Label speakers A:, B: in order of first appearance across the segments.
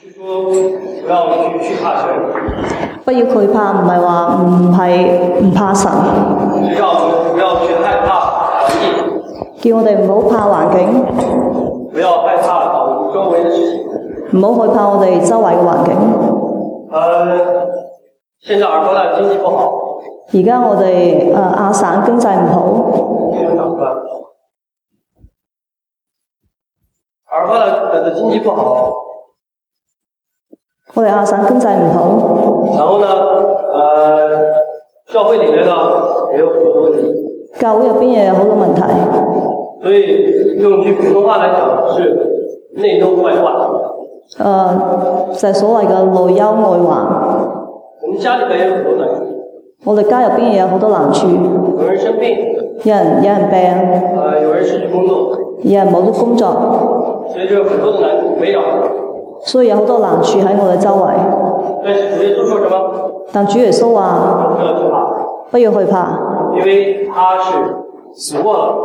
A: 是说不要去惧怕神，
B: 不要懼怕，唔係話唔係唔怕神，
A: 是让我们不要去害怕环境，
B: 叫我哋唔好怕環境，
A: 不要害怕搞周围的事情。
B: 唔好害怕我哋周圍嘅環境。
A: 呃，现在耳朵的经济不好，
B: 而家我哋誒呃亞省經濟唔好，
A: 没有长出来。耳朵的的的经济不好，
B: 我哋亞省經濟唔好，
A: 然后呢，呃，教会里面呢也有很多问题，
B: 教會入邊又有好多問題，
A: 所以用句普通话来讲是内忧外患。
B: 誒、呃就係、所謂嘅內憂外患。
A: 我们家里面也有很多难处，
B: 我哋家入邊也有好多難處，
A: 有人生病，
B: 有人有人病，
A: 呃，有人失去工作，
B: 有人冇咗工作，
A: 所以就有很多的难处围绕。
B: 所以有好多難處喺我哋周圍。
A: 但是主耶稣说什么？
B: 但主耶穌話：
A: 不要惧怕，
B: 不要害怕，
A: 因为他是死过了，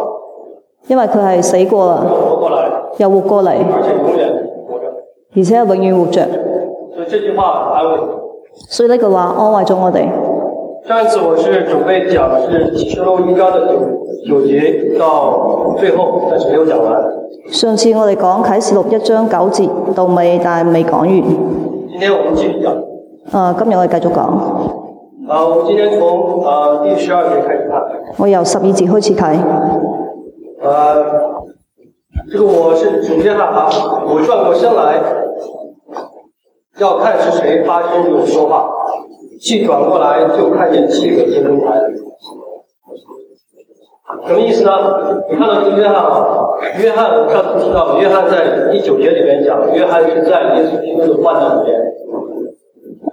B: 因為佢係死過啦
A: 又，活过来了，
B: 又活過嚟，
A: 而且永远活着。
B: 而且永遠活着。
A: 所以这句话安慰我。
B: 所以呢句話安慰咗我哋。
A: 上一次我是准备讲是《提罗一章》的九九节到最后，但是没有讲完。
B: 上次我哋講啟示錄一章九節到尾，但係未講完。
A: 今天我们继续讲，
B: 啊，今日我哋繼續講，
A: 啊，我们今天从呃第十二节开始看。
B: 我由十二節開始睇。
A: 呃，这个我是总结一下啊，我转过身来，要看是谁发声有说话，气转过来就看见七个金灯台。什么意思呢？你看到这个约翰啊，约翰我们上次提到，约翰在第九节里面讲，约翰是在耶稣基督的患难里面，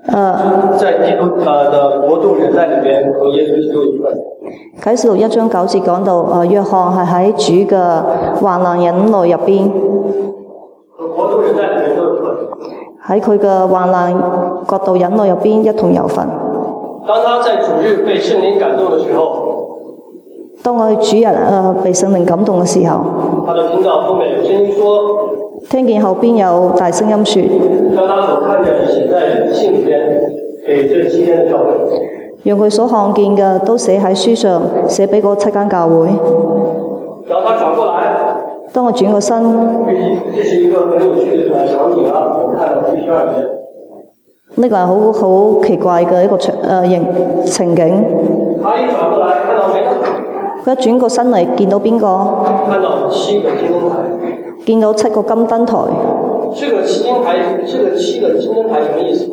B: 誒、
A: 在基督呃的国度忍耐里面和耶稣基督一份。
B: 啟示錄一章九節講到，誒、約翰係喺主嘅患難忍耐入邊，
A: 和国度忍耐里面都有份。
B: 喺佢嘅患難角度忍耐入邊一同有份。
A: 当他在主日被圣灵感动的时候，
B: 當我去主日誒、呃被聖靈感動嘅時候，
A: 他就听到后面有声音说，
B: 聽見後邊有大聲音説：
A: 让他所看见的写在信里边，给这七天的教会。
B: 讓佢所看見嘅都寫喺書上，寫俾嗰七間教會。
A: 然后他转过来，
B: 當我轉個身，
A: 这是一这是一个很有趣的场景啊！我们看到第十二节，
B: 呢個係好好奇怪嘅一個場誒形、情景。
A: 他一转过来看到没？
B: 佢一轉個身嚟，見到邊個？
A: 看到七个金灯台，
B: 見到七個金燈台。
A: 这个七金台，这个七个金灯台什么意思？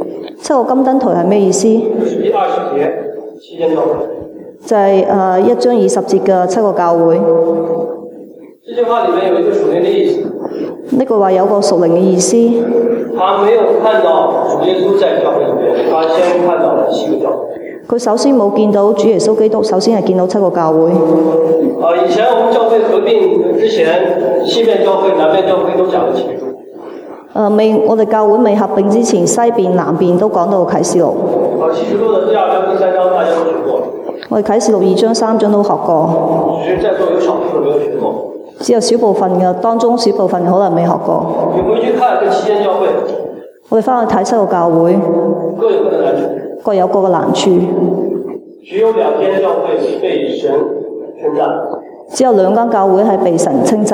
B: 七個金燈台係咩意思？
A: 就是第二十节七间教会。
B: 就係、誒一章二十節嘅七個教會。
A: 这句话里面有一个属灵的意思，
B: 呢句話有個屬靈嘅意思，
A: 他没有看到主耶稣在教会里面，他先看到了七个教会。
B: 佢首先冇見到主耶穌基督，首先係見到七個教會。
A: 啊，以前我们教会合并之前，西面教会、南面教会都讲了启示录，
B: 誒、呃未，我哋教會未合並之前，西邊、南邊都講到啟示錄。
A: 啊，启示录的第二章、第三章大家都学过，
B: 我哋啟示錄二章、三章都學過，
A: 只是在座有少数人没有学过。
B: 只有少部分嘅當中少部分可能未學過。
A: 你回去看这七间教会，
B: 我哋翻去睇七個教會，
A: 各有各的难处，
B: 各有各嘅難處。
A: 只有两间教会被神称赞。
B: 只有兩間教會係被神稱讚。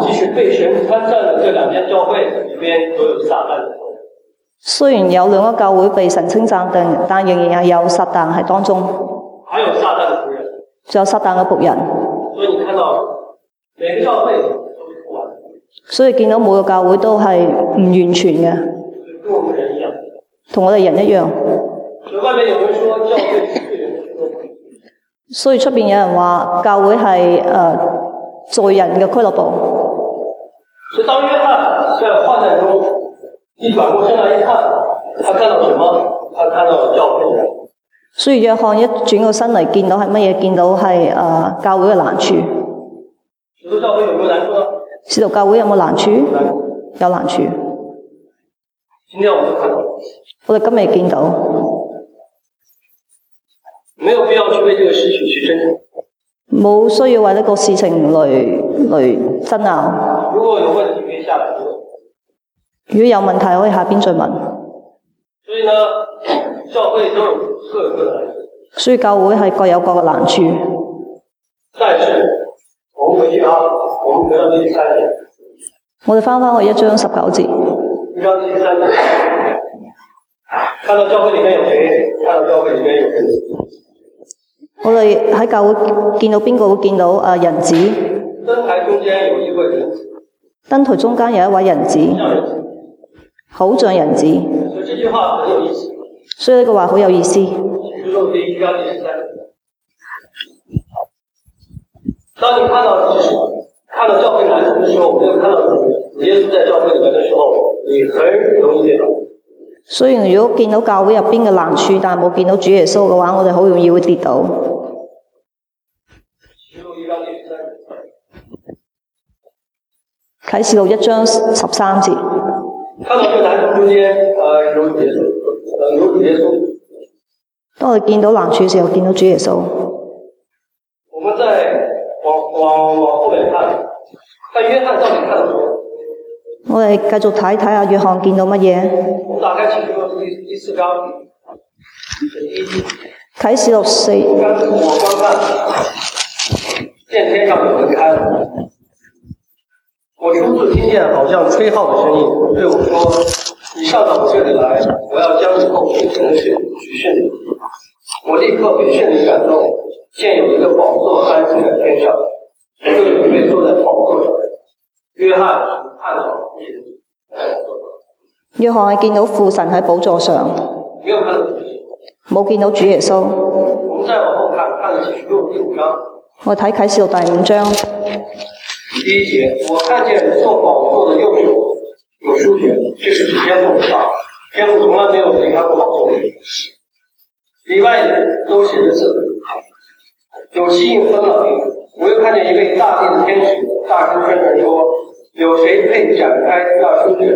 A: 即使被神称赞的这两间教会里边，都有撒旦的头。
B: 雖然有兩間教會被神稱讚，但但仍然係有撒旦喺當中，
A: 还有撒旦的仆人。
B: 仲有撒旦嘅仆人。
A: 所以你看到每个教会都是不完美的，
B: 所以見到每個教會都係唔完全嘅，
A: 就跟我们人一样。
B: 同我哋人一樣。
A: 所以外面有人说教会是罪人的俱乐部。
B: 所以出邊有人話教會係誒、呃、罪人嘅俱樂部。
A: 所以当约翰在患难中一转过身来一看，他看到什么？他看到教会的人。
B: 所以約翰一轉個身嚟，見到係乜嘢？見到係誒、呃教會嘅難處。
A: 许多教会有没有难处呢？
B: 使徒教會有冇難處？
A: 有难处。
B: 有難處。
A: 今天我们就看到，
B: 我哋今日見到，
A: 没有必要去为这个事情去争吵。
B: 冇需要為呢個事情嚟嚟爭拗。
A: 如果有问题，可以下来问。
B: 如果有問題，可以下邊再問。
A: 所以呢，教会都有各自的难处，
B: 所以教會係各有各嘅難處，
A: 但是我们回去啊，我们回到第三点，
B: 我哋翻返去一章十九節，
A: 回到第三点，看到教会里面有谁，看到教会里面有人，
B: 我哋喺教會見到邊個會見到誒人子，
A: 灯台中间有一个人，
B: 燈台中間有一位人子，
A: 像人，
B: 好像人子，
A: 所以这句话很有意思。
B: 所以呢個話好有意思。
A: 之后可以一章第十三节。当你看到知识、看到教会难处的时候，我们就看到主耶稣在教会里面的时候，你很容易跌倒。
B: 雖然如果見到教會入邊嘅難處，但冇見到主耶穌嘅話，我哋好容易會跌倒。
A: 之后一章第十三节。
B: 啟示錄一章十三節，
A: 看到这个男人中间，呃，有主耶稣，呃，有主耶稣。
B: 當我哋見到難處嘅時候，見到主耶穌。
A: 我们再往往往后面看，看约翰到底看到什么？
B: 我哋繼續睇睇下約翰見到乜嘢。
A: 我们打开启示录第第四章，第一节，
B: 啟示錄四，
A: 我刚我观看，见天上有门开了。我初次听见好像吹号的声音，对我说：“你上到我这里来，我要将你后进行的事许是你。”我立刻被圣灵感动，见有一个宝座安置在天上，又有一位坐在宝座上。约翰看到耶稣在宝座上，
B: 約翰係見到父神喺寶座上，
A: 没有看到主耶稣。
B: 冇見到主耶穌。
A: 我们再往后看，看了启示录第五章。
B: 我睇啟示錄第五章，
A: 第一节，我看见做宝座的右手有书卷，这是天赋的话，天赋从来没有离开过宝座。里外都写着字，有七印分了。我又看见一位大地的天使大声宣传说：“有谁配展开那书卷，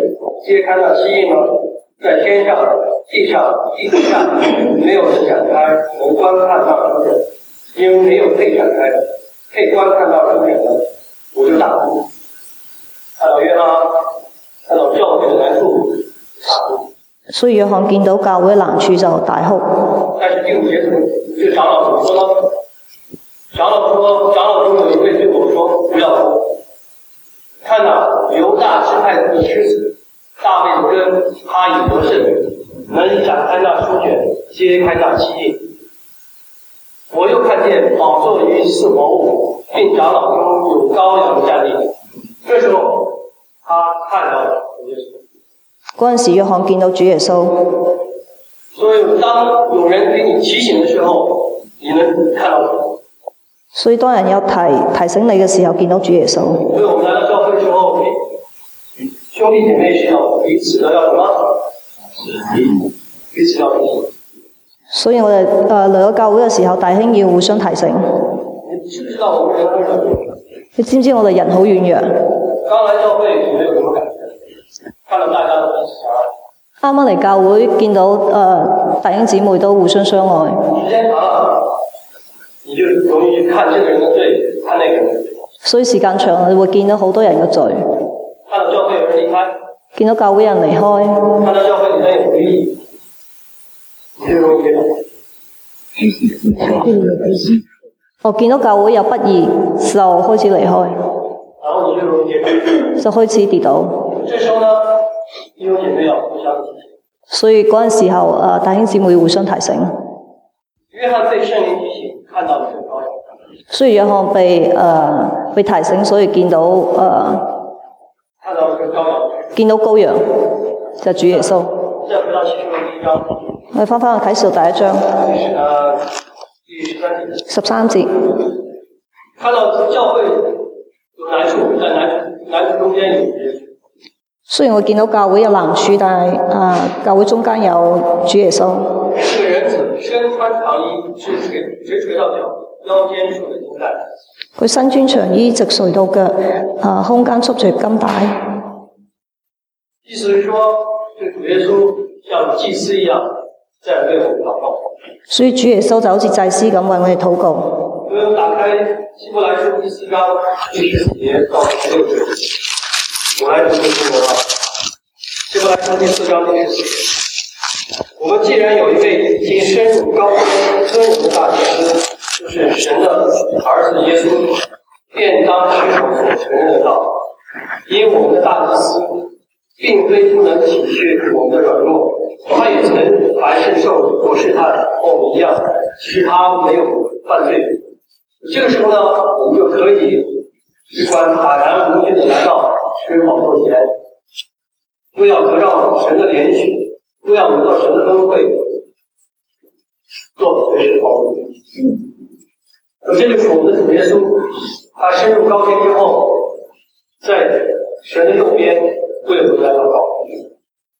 A: 揭开那七印吗？”在天上、地上、地底下，没有人展开能观看那书卷，因为没有被展开的，被观看到书卷的。我就大哭，看到约翰，看到教会的难处，大哭。
B: 所以約翰見到教會難處就大哭。
A: 但是第五节这个长老怎么说呢？长老说，长老中有一位对我说：“不要哭。看呐，犹大支派的狮子，大卫的根，他已得胜，能展开那书卷，揭开那七印。”我又看见宝座与四魔物，并长老中有羔羊站立。这时候，他看到了主耶稣。
B: 嗰陣時，約翰見到主耶穌，
A: 所以，当有人给你提醒的时候，你能看到我。
B: 所以當人有提提醒你嘅時候，見到主耶穌。
A: 所以我们来到教会之后，兄弟姐妹是要彼此的要什么？彼此要提醒。
B: 所以我哋誒嚟到教會嘅時候，弟兄要互相提醒。
A: 你知不知道我们人很软弱？
B: 你知唔知我哋人好軟弱？
A: 刚来教会，你没有什么感觉？看到大家都彼此相爱，
B: 啱啱嚟教會見到誒、呃弟兄姊妹都互相相愛，
A: 时间长了，你就容易去看这个人的罪，看那个人的罪。
B: 所以時間長你會見到好多人嘅罪，
A: 看到教会有人离开，
B: 見到教會人離開，
A: 看到教会里面有不义，你就容易跌倒。
B: 我見哦到教會有不義就開始離開，
A: 然后你就容易跌倒。
B: 就開始跌倒。
A: 这时候呢，弟兄姐妹要互相提醒。
B: 所以嗰陣時候，誒、呃弟兄姊妹互相提醒。
A: 约翰被圣灵提醒，看到了这个羔羊，
B: 所以約翰被誒、呃被提醒，所以見到誒、呃、
A: 看到了这个羔羊。
B: 見到羔羊就係主耶穌。
A: 再回到启示录第一章，
B: 我哋翻返去啟示錄第一章
A: 呃，第十三节，
B: 十三節，
A: 看到教会有难处，在难处难处中间有耶稣。
B: 雖然我見到教會有難處，但係誒、呃教會中間有主耶穌。
A: 这个人子身穿长衣，直垂直垂到脚，腰间束着金带。
B: 佢身穿長衣，直垂到腳，啊、空間束住金帶，
A: 意思是说，这主耶稣像祭司一样在为我们祷告。
B: 所以主耶穌就好似祭司咁為我哋禱告。
A: 我们打开希伯来书第四章第十节到十六节，我来读这经文啊。伯来书第四章第十节。我们既然有一位已经深入高深尊荣的大祭司，就是神的儿子耶稣，便当持守所承认的道。因我们的大祭司并非不能体恤我们的软弱，他也曾凡事受苦过试探，和我们一样，只是他没有犯罪。这个时候呢，我们就可以直观坦然无惧的来到神宝座前，都要得到神的怜恤，都要得到神的恩惠，做随时保护。首先就是我们的主耶稣，他深入高天之后，在神的右边为我们来祷告。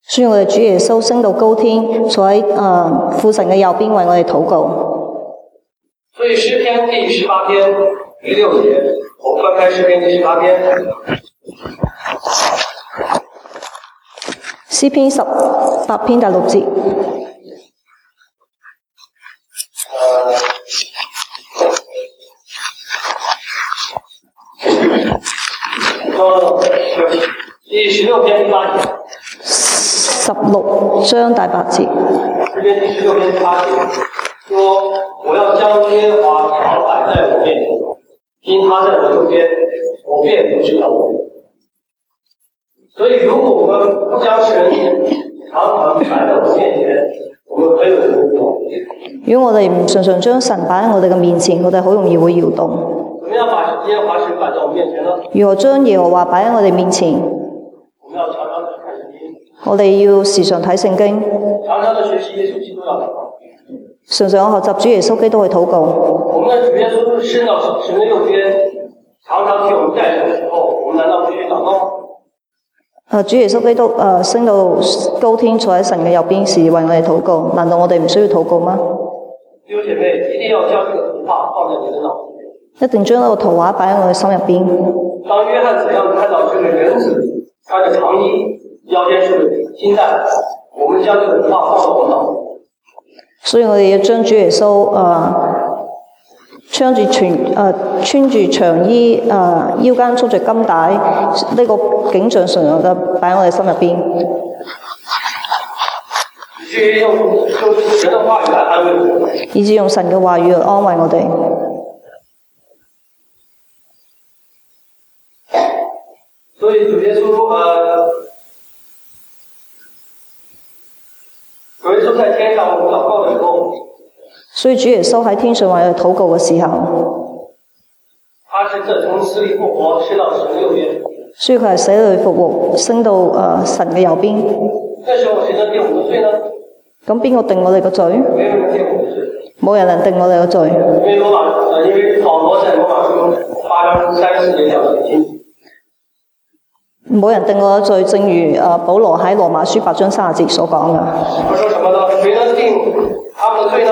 B: 所以我哋主耶穌升到高天，坐喺誒父神嘅右邊為我哋禱告。
A: 所以诗篇第十八篇第六节，我翻开诗篇第十八篇，
B: 詩篇十八篇第六節，
A: 呃，呃，第十六篇第八节。
B: 十六章第八節。
A: 诗篇第十六篇第八节说：“我要将耶和华常摆在我面前，因他在我右边，我便不知道。”所以，如果我们不将神常常摆在我们面前，我们很有可能动。
B: 如果我哋唔常常將神擺喺我哋嘅面前，我哋好容易會搖動。
A: 怎么样把耶和华神摆在我们面前呢？
B: 如何將耶和華擺喺我哋面前？
A: 我们要常常的看圣经，
B: 我哋要時常睇聖經，
A: 常常的学习耶稣基督的道。
B: 常常學習主耶穌基督去禱告。
A: 我们的主耶稣伸到神的右边，常常替我们代求的时候，我们难道不去祷告吗？
B: 誒，啊主耶穌基督誒、呃升到高天，坐喺神嘅右邊時為我哋禱告，難道我哋唔需要禱告嗎？
A: 弟兄姐妹，一定要将这个图画放在你的脑子里。
B: 一定將呢個圖畫擺喺我嘅心入邊。
A: 当约翰怎样看到这个人子穿着长衣，腰间束着金带，我们将这个图画放到我们脑子里。
B: 所以我哋要將主耶穌誒、呃穿住全誒、呃穿住長衣誒、呃腰間束着金帶呢、個景象常常嘅擺喺我哋心入邊，
A: 以至于用用神的话语来安慰我们。
B: 以至用神嘅話語去安慰我哋。
A: 所以主耶稣呃，主耶稣在天上我们祷告的时候，
B: 所以主耶穌喺天上為我哋禱告嘅時候，
A: 他是在从死里复活，升到神的右边。
B: 所以佢係死裏復活，升到誒、呃神嘅右邊。
A: 这时候谁能定我们的罪呢？
B: 咁邊個定我哋個罪？
A: 没有人定我们的罪。
B: 冇人能定我哋個罪。
A: 因为罗马呃，因为保罗在罗马书八章三十节讲的很清楚，
B: 冇人定我嘅罪，正如誒保羅喺羅馬書八章三十節所講嘅。
A: 他说什么呢？谁能定他们的罪呢？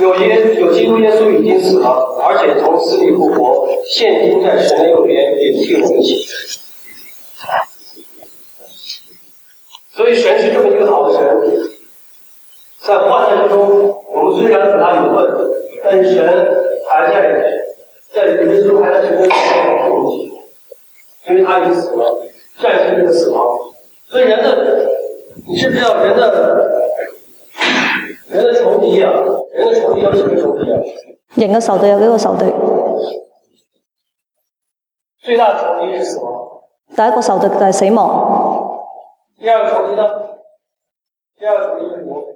A: 有耶有基督耶稣已经死了，而且从死里复活，现今在神的右边，也替我们起。所以神是这么一个好的神，在患难之中，我们虽然和他有份，但是神还在，在耶稣还在神的里面替我们起。因为他已经死了，战胜这个死亡。所以人的，你知不知道人的，人的仇敌啊，人的仇敌有几个仇敌啊？
B: 人嘅仇敵有幾個仇敵？
A: 最大的仇敌是死亡，
B: 第一個仇敵就係死亡，
A: 第二个仇敌呢？第二个仇敌是魔鬼，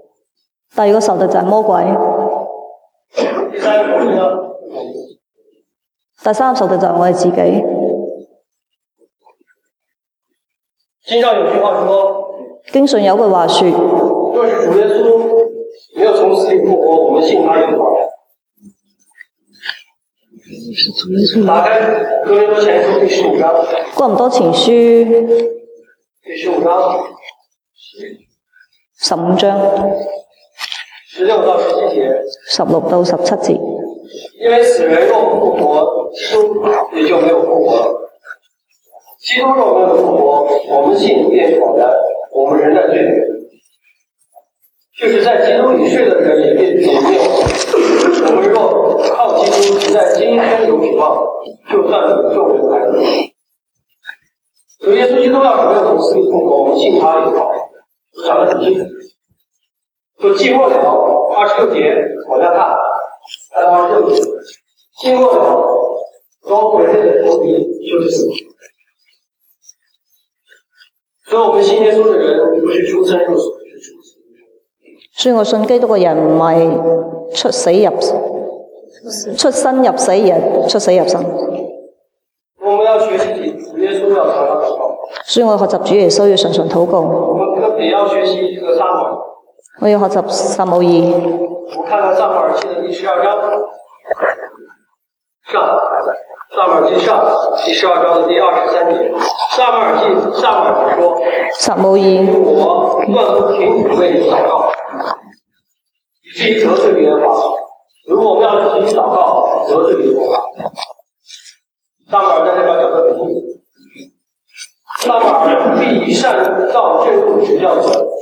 B: 第二個仇敵就係魔鬼，
A: 第三个仇敌呢？
B: 第三個仇敵就係我哋自己。
A: 经上有句话说，
B: 經常有句話說：
A: 若是主耶稣没有从死里复活，我们信他有福。打开哥林多前书第十五章，
B: 哥林多前書
A: 第十五章
B: 十五章
A: 十六到十七节。
B: 十六到十七節。
A: 因为死人若不复活，基督也就没有复活了。基督若没有复活，我们信便是枉然，我们人在罪里。就是在基督里睡的人也必也没有活。我们若靠基督在今生有指望，就算是众人还子。主耶稣基督要承认我们的痛苦，我们信他也好，咱们很幸福。就进过了二十六节，我在看，看到二十六节，进过了高伟的头皮就是死。所以，我们信耶稣的人不是出生入死，是出死入生。
B: 所以我信基督嘅人唔係出死入出生入死，而係出死入生。
A: 我们要学习主耶稣要常常祷告，
B: 所以我學習主耶穌要常常禱告，
A: 我们特别要学习这个撒母耳。
B: 我要學習撒母耳。
A: 我看看撒母耳记的第十二章，上撒母耳记上第十二章的第二十三节，撒母耳记撒母耳说
B: 撒母耳：“
A: 我断不停止为你祷告，以至于得罪别人法。如果我们要是停止祷告，得罪别人法。”撒母耳在这边讲个比喻，撒母耳必以善造正路指教者，所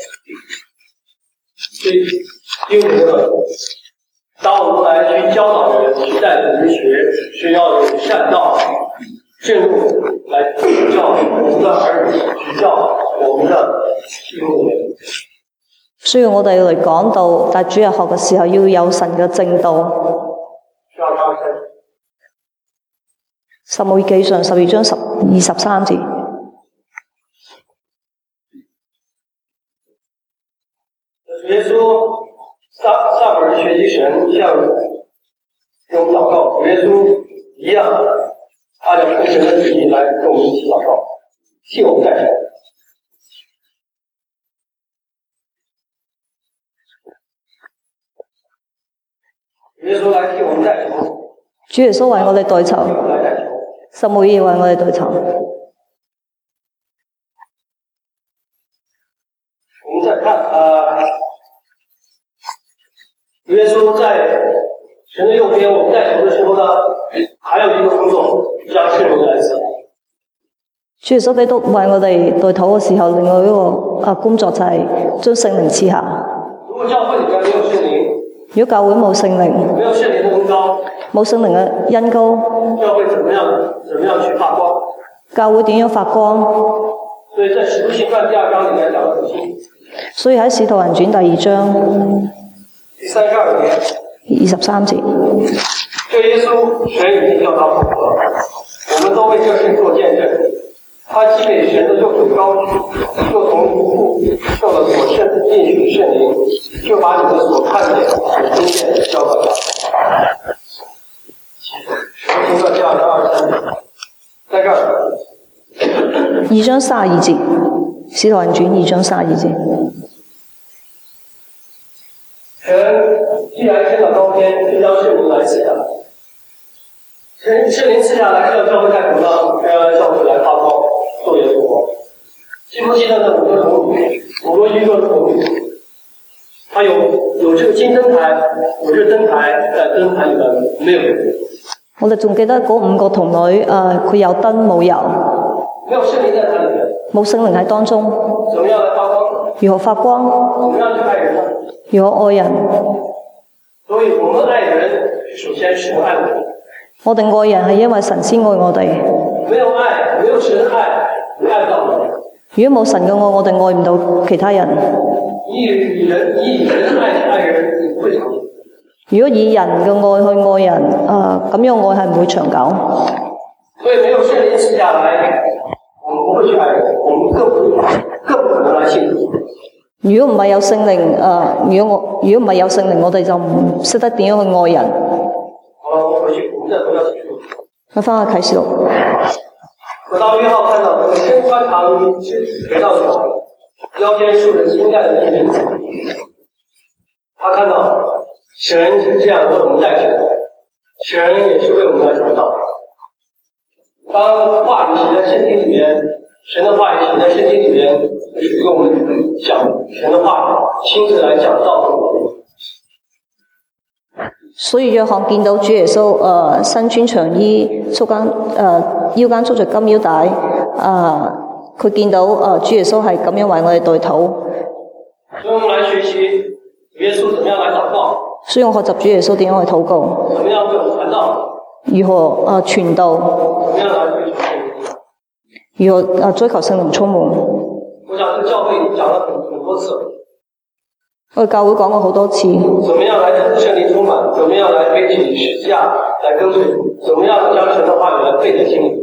A: 以英文的。当我们来去教导人、去带领人学，是要有善道、正路来指教我们的儿女，指教我们的弟兄们。
B: 需要我哋嚟講道，但主日學嘅時候要有神嘅正道。
A: 需要他们
B: 撒母耳記上十二章十二十三節，
A: 耶稣撒撒本学习神向跟我们祷告，耶稣一样按照神的旨意来跟我们一起祷告，替我们代求。耶稣来替我们代求，
B: 主耶穌為我哋代求，
A: 替我们来代求。
B: 撒母耳為我哋代求。
A: 我们再看啊，耶稣在神的右边，我们在求的时候呢，还有一个工作将圣灵来赐。
B: 主耶穌基督為我哋代禱嘅時候，另外一個啊工作就係將聖靈賜下。
A: 如果教会里边没有圣灵，
B: 如果教會冇聖靈，
A: 没有圣灵的恩高，
B: 冇聖靈嘅恩膏，
A: 教会怎么样怎么样去发光？
B: 教會點樣發光？
A: 所以在使徒行传第二章里面讲的很清，
B: 所以喺《使徒行傳》第二章
A: 第三十二节，
B: 二十三節，
A: 这耶稣神已经叫他复活，我们都为这事做见证。他既被神的右手高举，又从父受了所圣应许圣灵，就把你们所看见、所听见的交到他。使徒行传第二章二十三节，在这儿。
B: 二章三十二節，《使徒行傳》二章三十二節。
A: 神既然升到高天，就将圣灵来赐下来。神圣灵赐下来是要教会干什么呢？是要教会来发光，昼夜复活。基督现在的五个同女，五个一个同女，它有有这个金灯台，有这个灯台，在灯台里面没有
B: 我哋仲記得嗰五個童女，誒、呃佢有燈冇油，
A: 没有圣灵在它里面，
B: 冇聖靈喺當中，
A: 怎么样来发光？
B: 如何發光，
A: 怎么样去爱人呢？
B: 如何愛人？
A: 所以我们爱人，首先是爱我们。
B: 我哋愛人係因為神先愛我哋，
A: 没有爱，没有神爱，你爱不到人。
B: 如果冇神嘅愛，我哋愛唔到其他人。
A: 你以人，你以人爱爱人，你会长久。
B: 如果以人嘅愛去愛人，誒、呃咁樣愛係唔會長久。
A: 所以没有圣灵赐下来，我们不会去爱人，我们更不更不可能来信主。
B: 如果唔係有聖靈，誒、如果我如果唔係有聖靈，我哋就唔識得點樣去愛人。
A: 好了，我们回去，我们再回到启示录。
B: 我翻下啟示錄，
A: 我当约翰看到那个身穿长衣、垂到脚、腰间束着金带的女人，他看到神是这样为我们代求，神也是为我们来传道。当话语写在身体里面，神的话语写在身体里面，就是给我们讲神的话语，亲自来讲道给我们。
B: 所以約翰見到主耶穌誒、呃身穿長衣，束間誒、呃腰間束着金腰帶，誒、佢見到誒、呃主耶穌係咁樣為我哋代禱，
A: 所以我们来学习耶稣怎么样来祷告，
B: 所以我學習主耶穌點樣去禱告，
A: 怎么样为我们传道，
B: 如何誒、呃傳道，
A: 怎么样来追求神的。
B: 如何啊追求聖靈充滿。
A: 我想这个教会已经讲了很很多次了，
B: 我哋教會講過好多次，
A: 怎么样来圣灵充满，怎么样来背起十字架来跟随，怎么样将神的话语来背在心里。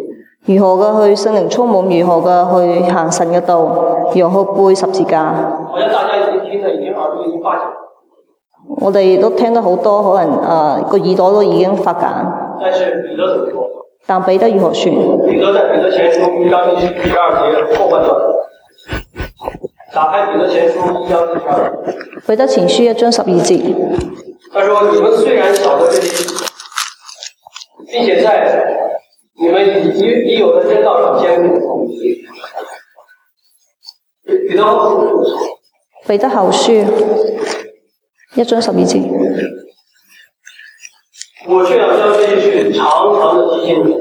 B: 如何嘅去聖靈充滿，如何嘅去行神嘅道，如何去背十字架。
A: 好像大家已经听得已经耳朵已经发响，
B: 我哋都聽得好多，可能啊個、耳朵都已經發緊。
A: 但是彼得怎么说？
B: 但彼得如何説？
A: 彼得在彼得前书一章一十二节后半段，打开彼得前书一章一十二节。
B: 彼得前書一章十二節，
A: 他说：“你们虽然晓得这些，并且在你们已已有的真道上坚固。”彼得后书
B: 彼得後書一章十二節。
A: 我却要将这些事常常的提醒你。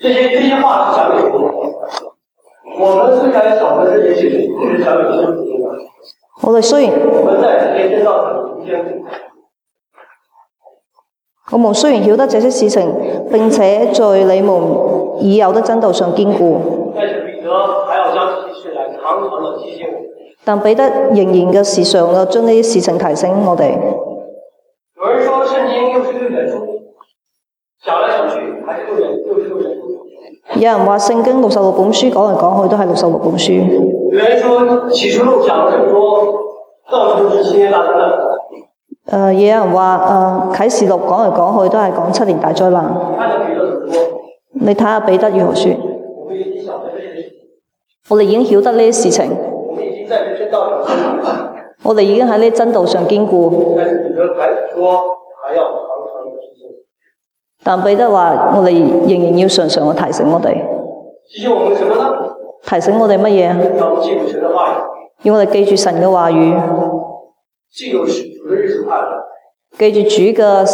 A: 这些这些话是想给我们的。我们虽然晓得这些事，不是想给你们的。
B: 我哋雖然
A: 我们在这些真道上坚固。
B: 我們雖然曉得這些事情，並且在你們已有的真道上堅固，
A: 但是彼得还要将这些事来常常的提醒我们。
B: 但彼得仍然嘅時常嘅將呢啲事情提醒我哋。
A: 有人说圣经六十六卷书，想来想去还是六卷六十六卷书。
B: 有人話聖經六十六本書講嚟講去都係六十六本書。
A: 有人说启示录讲了这么多，到处都是七天大灾难。
B: 誒、有人話誒、呃、啟示錄講嚟講去都係講七年大災難。
A: 你看看彼得怎么说？
B: 你睇下彼得如何説，
A: 我们已经晓得这些事情，
B: 我哋已經曉得呢啲事情，
A: 我们已经在这些道上了。
B: 我哋已經喺呢真道上堅固。
A: 但是彼得还说还要常常的提醒。
B: 但彼得話：我哋仍然要常常去提醒我哋，
A: 提醒我们什么呢？
B: 提醒我哋乜嘢？啊
A: 让我们记住神的话语，
B: 要我哋記住神嘅話語。
A: 记住主的日子快来。
B: 記住主嘅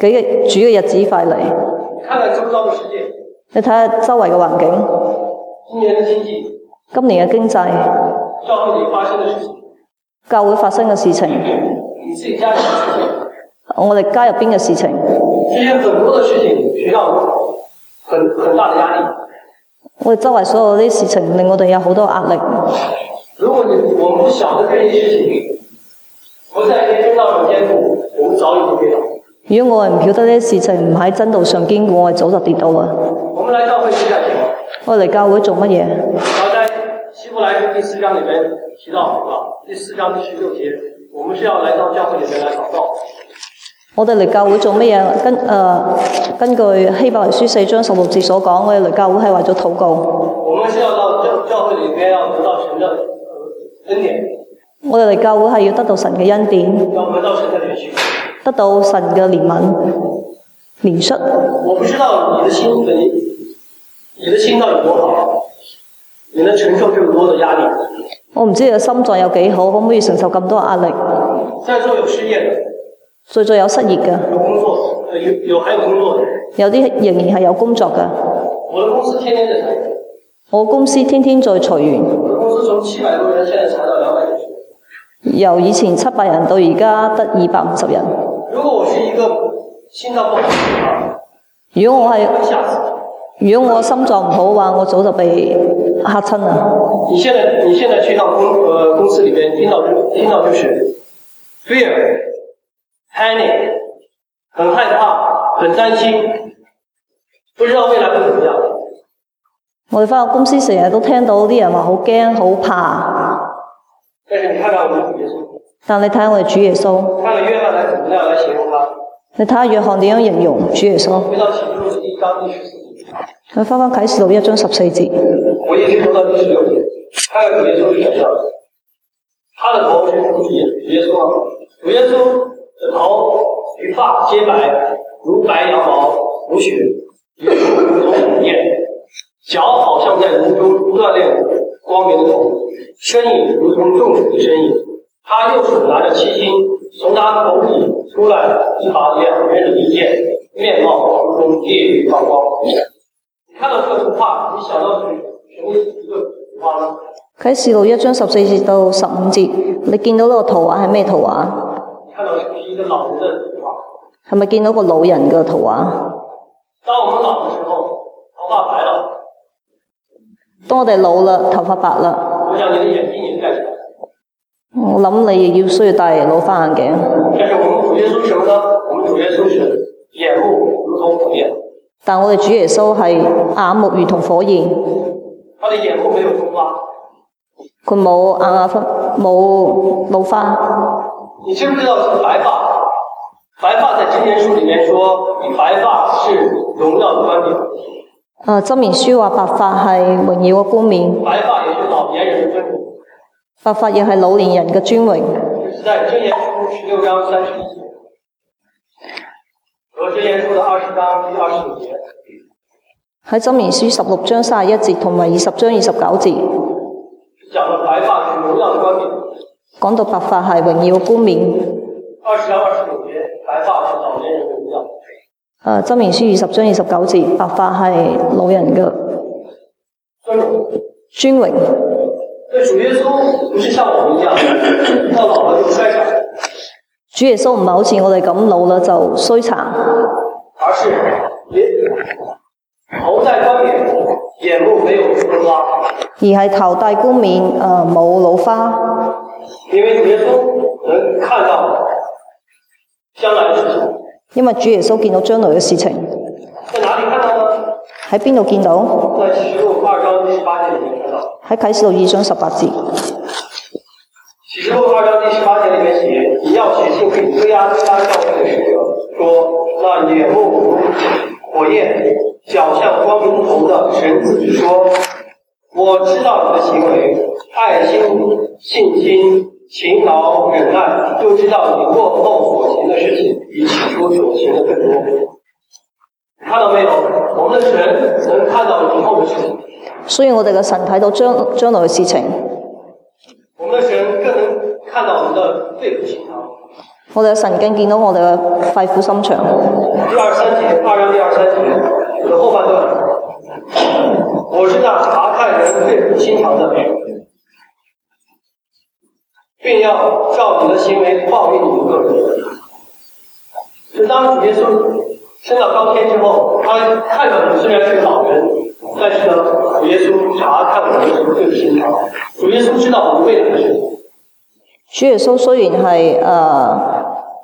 B: 幾日主嘅日子快嚟，
A: 你看看周遭的世界，
B: 你睇下周圍嘅環境，
A: 今年的经济，
B: 今年嘅經濟，
A: 教会里发生的事情，
B: 教會發生嘅事情，
A: 你自己家里的事情。
B: 我哋家入邊嘅事情，
A: 这些很多的事情，学校有很很大的压力。
B: 我哋周圍所有呢啲事情令我哋有好多壓力。
A: 如果你我们不晓得这些事情，不在这些正道上坚固，我们早已经跌倒。
B: 如果我哋唔曉得呢啲事情，唔喺真道上堅固，我哋早就跌倒啦。
A: 我们来教会是干什么？
B: 我哋嚟教會做乜嘢？
A: 然后在希伯来书第四章里面提到啊，第四章第十六节，我们是要来到教会里面来祷告。
B: 我哋嚟教會做乜嘢？根誒、呃根據希伯來書四章十六節所講，我哋嚟教會係為咗禱告。
A: 我们是要到教教会里面要得到神的呃恩典，
B: 我哋嚟教會係要得到神嘅恩典，
A: 要得到神的允许。
B: 得到神嘅憐憫、憐恤。
A: 我不知道你的心本，你的心到底多好，你能承受这么多的压力。
B: 我唔知你嘅心臟有幾好，可唔可以承受咁多壓力？
A: 在座有失业的，
B: 最最有失業嘅，
A: 有工作，呃有有还有工作的。
B: 有啲仍然係有工作嘅。
A: 我的公司天天在裁员，
B: 我公司天天在裁員，
A: 我的公司从七百多人现在裁到两百九十人。
B: 由以前七百人到而家得二百五十人。
A: 如果我是一个心脏不好的人，
B: 如果我係
A: 会吓死我。
B: 如果我心臟唔好嘅話，我早就被嚇親啦。
A: 你现在你现在去到公呃公司里面听到就听到就是 fear panic，很害怕，很担心，不知道未来会怎么样。
B: 我哋翻到公司成日都聽到啲人話好驚好怕，
A: 但是你看看我们主耶稣，
B: 但你睇下我哋主耶穌，
A: 看看约翰来怎么样来形容他。
B: 你睇下約翰點樣形容主耶穌。
A: 回到启示录的第一章第十四节。
B: 佢翻翻啟示錄一章十四節。
A: 我一直读到第十六节，看看主耶稣是怎样的。他的头是主耶主耶稣啊，主耶稣的头与发皆白，如白羊毛，如雪，如同火焰。脚好像在炉中锻炼光明的铜，身影如同重水的身影。他右手拿着七星，从他口里出来一把两人的利剑，面貌如同烈日放光。你看到这个图画，你想到是什么一个图画呢？
B: 啟示錄一章十四節到十五節，你見到呢個圖畫係咩圖畫？
A: 你看到是不是一个老人的图画？
B: 係咪見到個老人嘅圖畫？
A: 当我们老的时候，头发白了，
B: 當我哋老啦，頭髮白啦，
A: 我想你的眼睛也在场。
B: 我諗你要需要戴老花眼鏡。
A: 但是我们主耶稣是什么呢？我们主耶稣是眼目如同火焰，
B: 但我哋主耶穌係眼目如同火焰，
A: 他的眼目没有中花。
B: 佢冇眼眼分冇老花。
A: 你知不知道白发？白发在箴言书里面说，你白发是荣耀的冠冕，
B: 誒、呃、箴言書話白髮係榮耀嘅冠冕，
A: 白发也是老年人的尊荣。
B: 白髮亦係老年人嘅尊榮。
A: 这是在箴言书十六章三十一节和箴言书的二十章第二十五节。
B: 喺箴言書十六章三十一節同埋二十章二十九節
A: 讲了白发是荣耀的冠冕。
B: 講到白髮係榮耀嘅冠冕。誒、
A: 二十章二十五节，白发是老年人的荣耀。
B: 呃、箴言書二十章二十九節，白髮係老人嘅
A: 尊荣。
B: 尊榮。
A: 这主耶稣不是像我们一样，到老了就衰老，
B: 主耶穌唔係好似我哋咁老啦就衰殘，
A: 而是也头戴冠冕，眼目没有春花。
B: 而係頭戴冠冕，誒、冇老花。
A: 因为主耶稣能看到将来的事情，
B: 因為主耶穌見到將來嘅事情，
A: 在哪里看到呢？
B: 喺邊度見到？
A: 在启示录二章第十八节里面看到。
B: 喺啟示錄二章十八節，
A: 启示录二章第十八节里面写：“你要写信给推拉推拉教会的使者，说那眼目如火焰、脚像光明头的神自己说：我知道你的行为，爱心、信心、勤劳、忍耐，就知道你幕后所行的事情比起初所行的更多。”看到没有？我们的神能看到以后的事情，
B: 所以我哋嘅神睇到將將來嘅事情，
A: 我们的神更能看到我们的肺腑心肠。
B: 我哋嘅神經見到我哋嘅肺腑心腸。
A: 第二三节，二章第二三节的后半段，我是那查看人肺腑心肠的，并要照你的行为报应你个人。就当主耶稣升到高天之后，他看到你虽然是老人，但是呢，主耶稣查看我们的肺腑心肠，主耶稣知道我们未来的事情。
B: 主耶穌雖然係誒、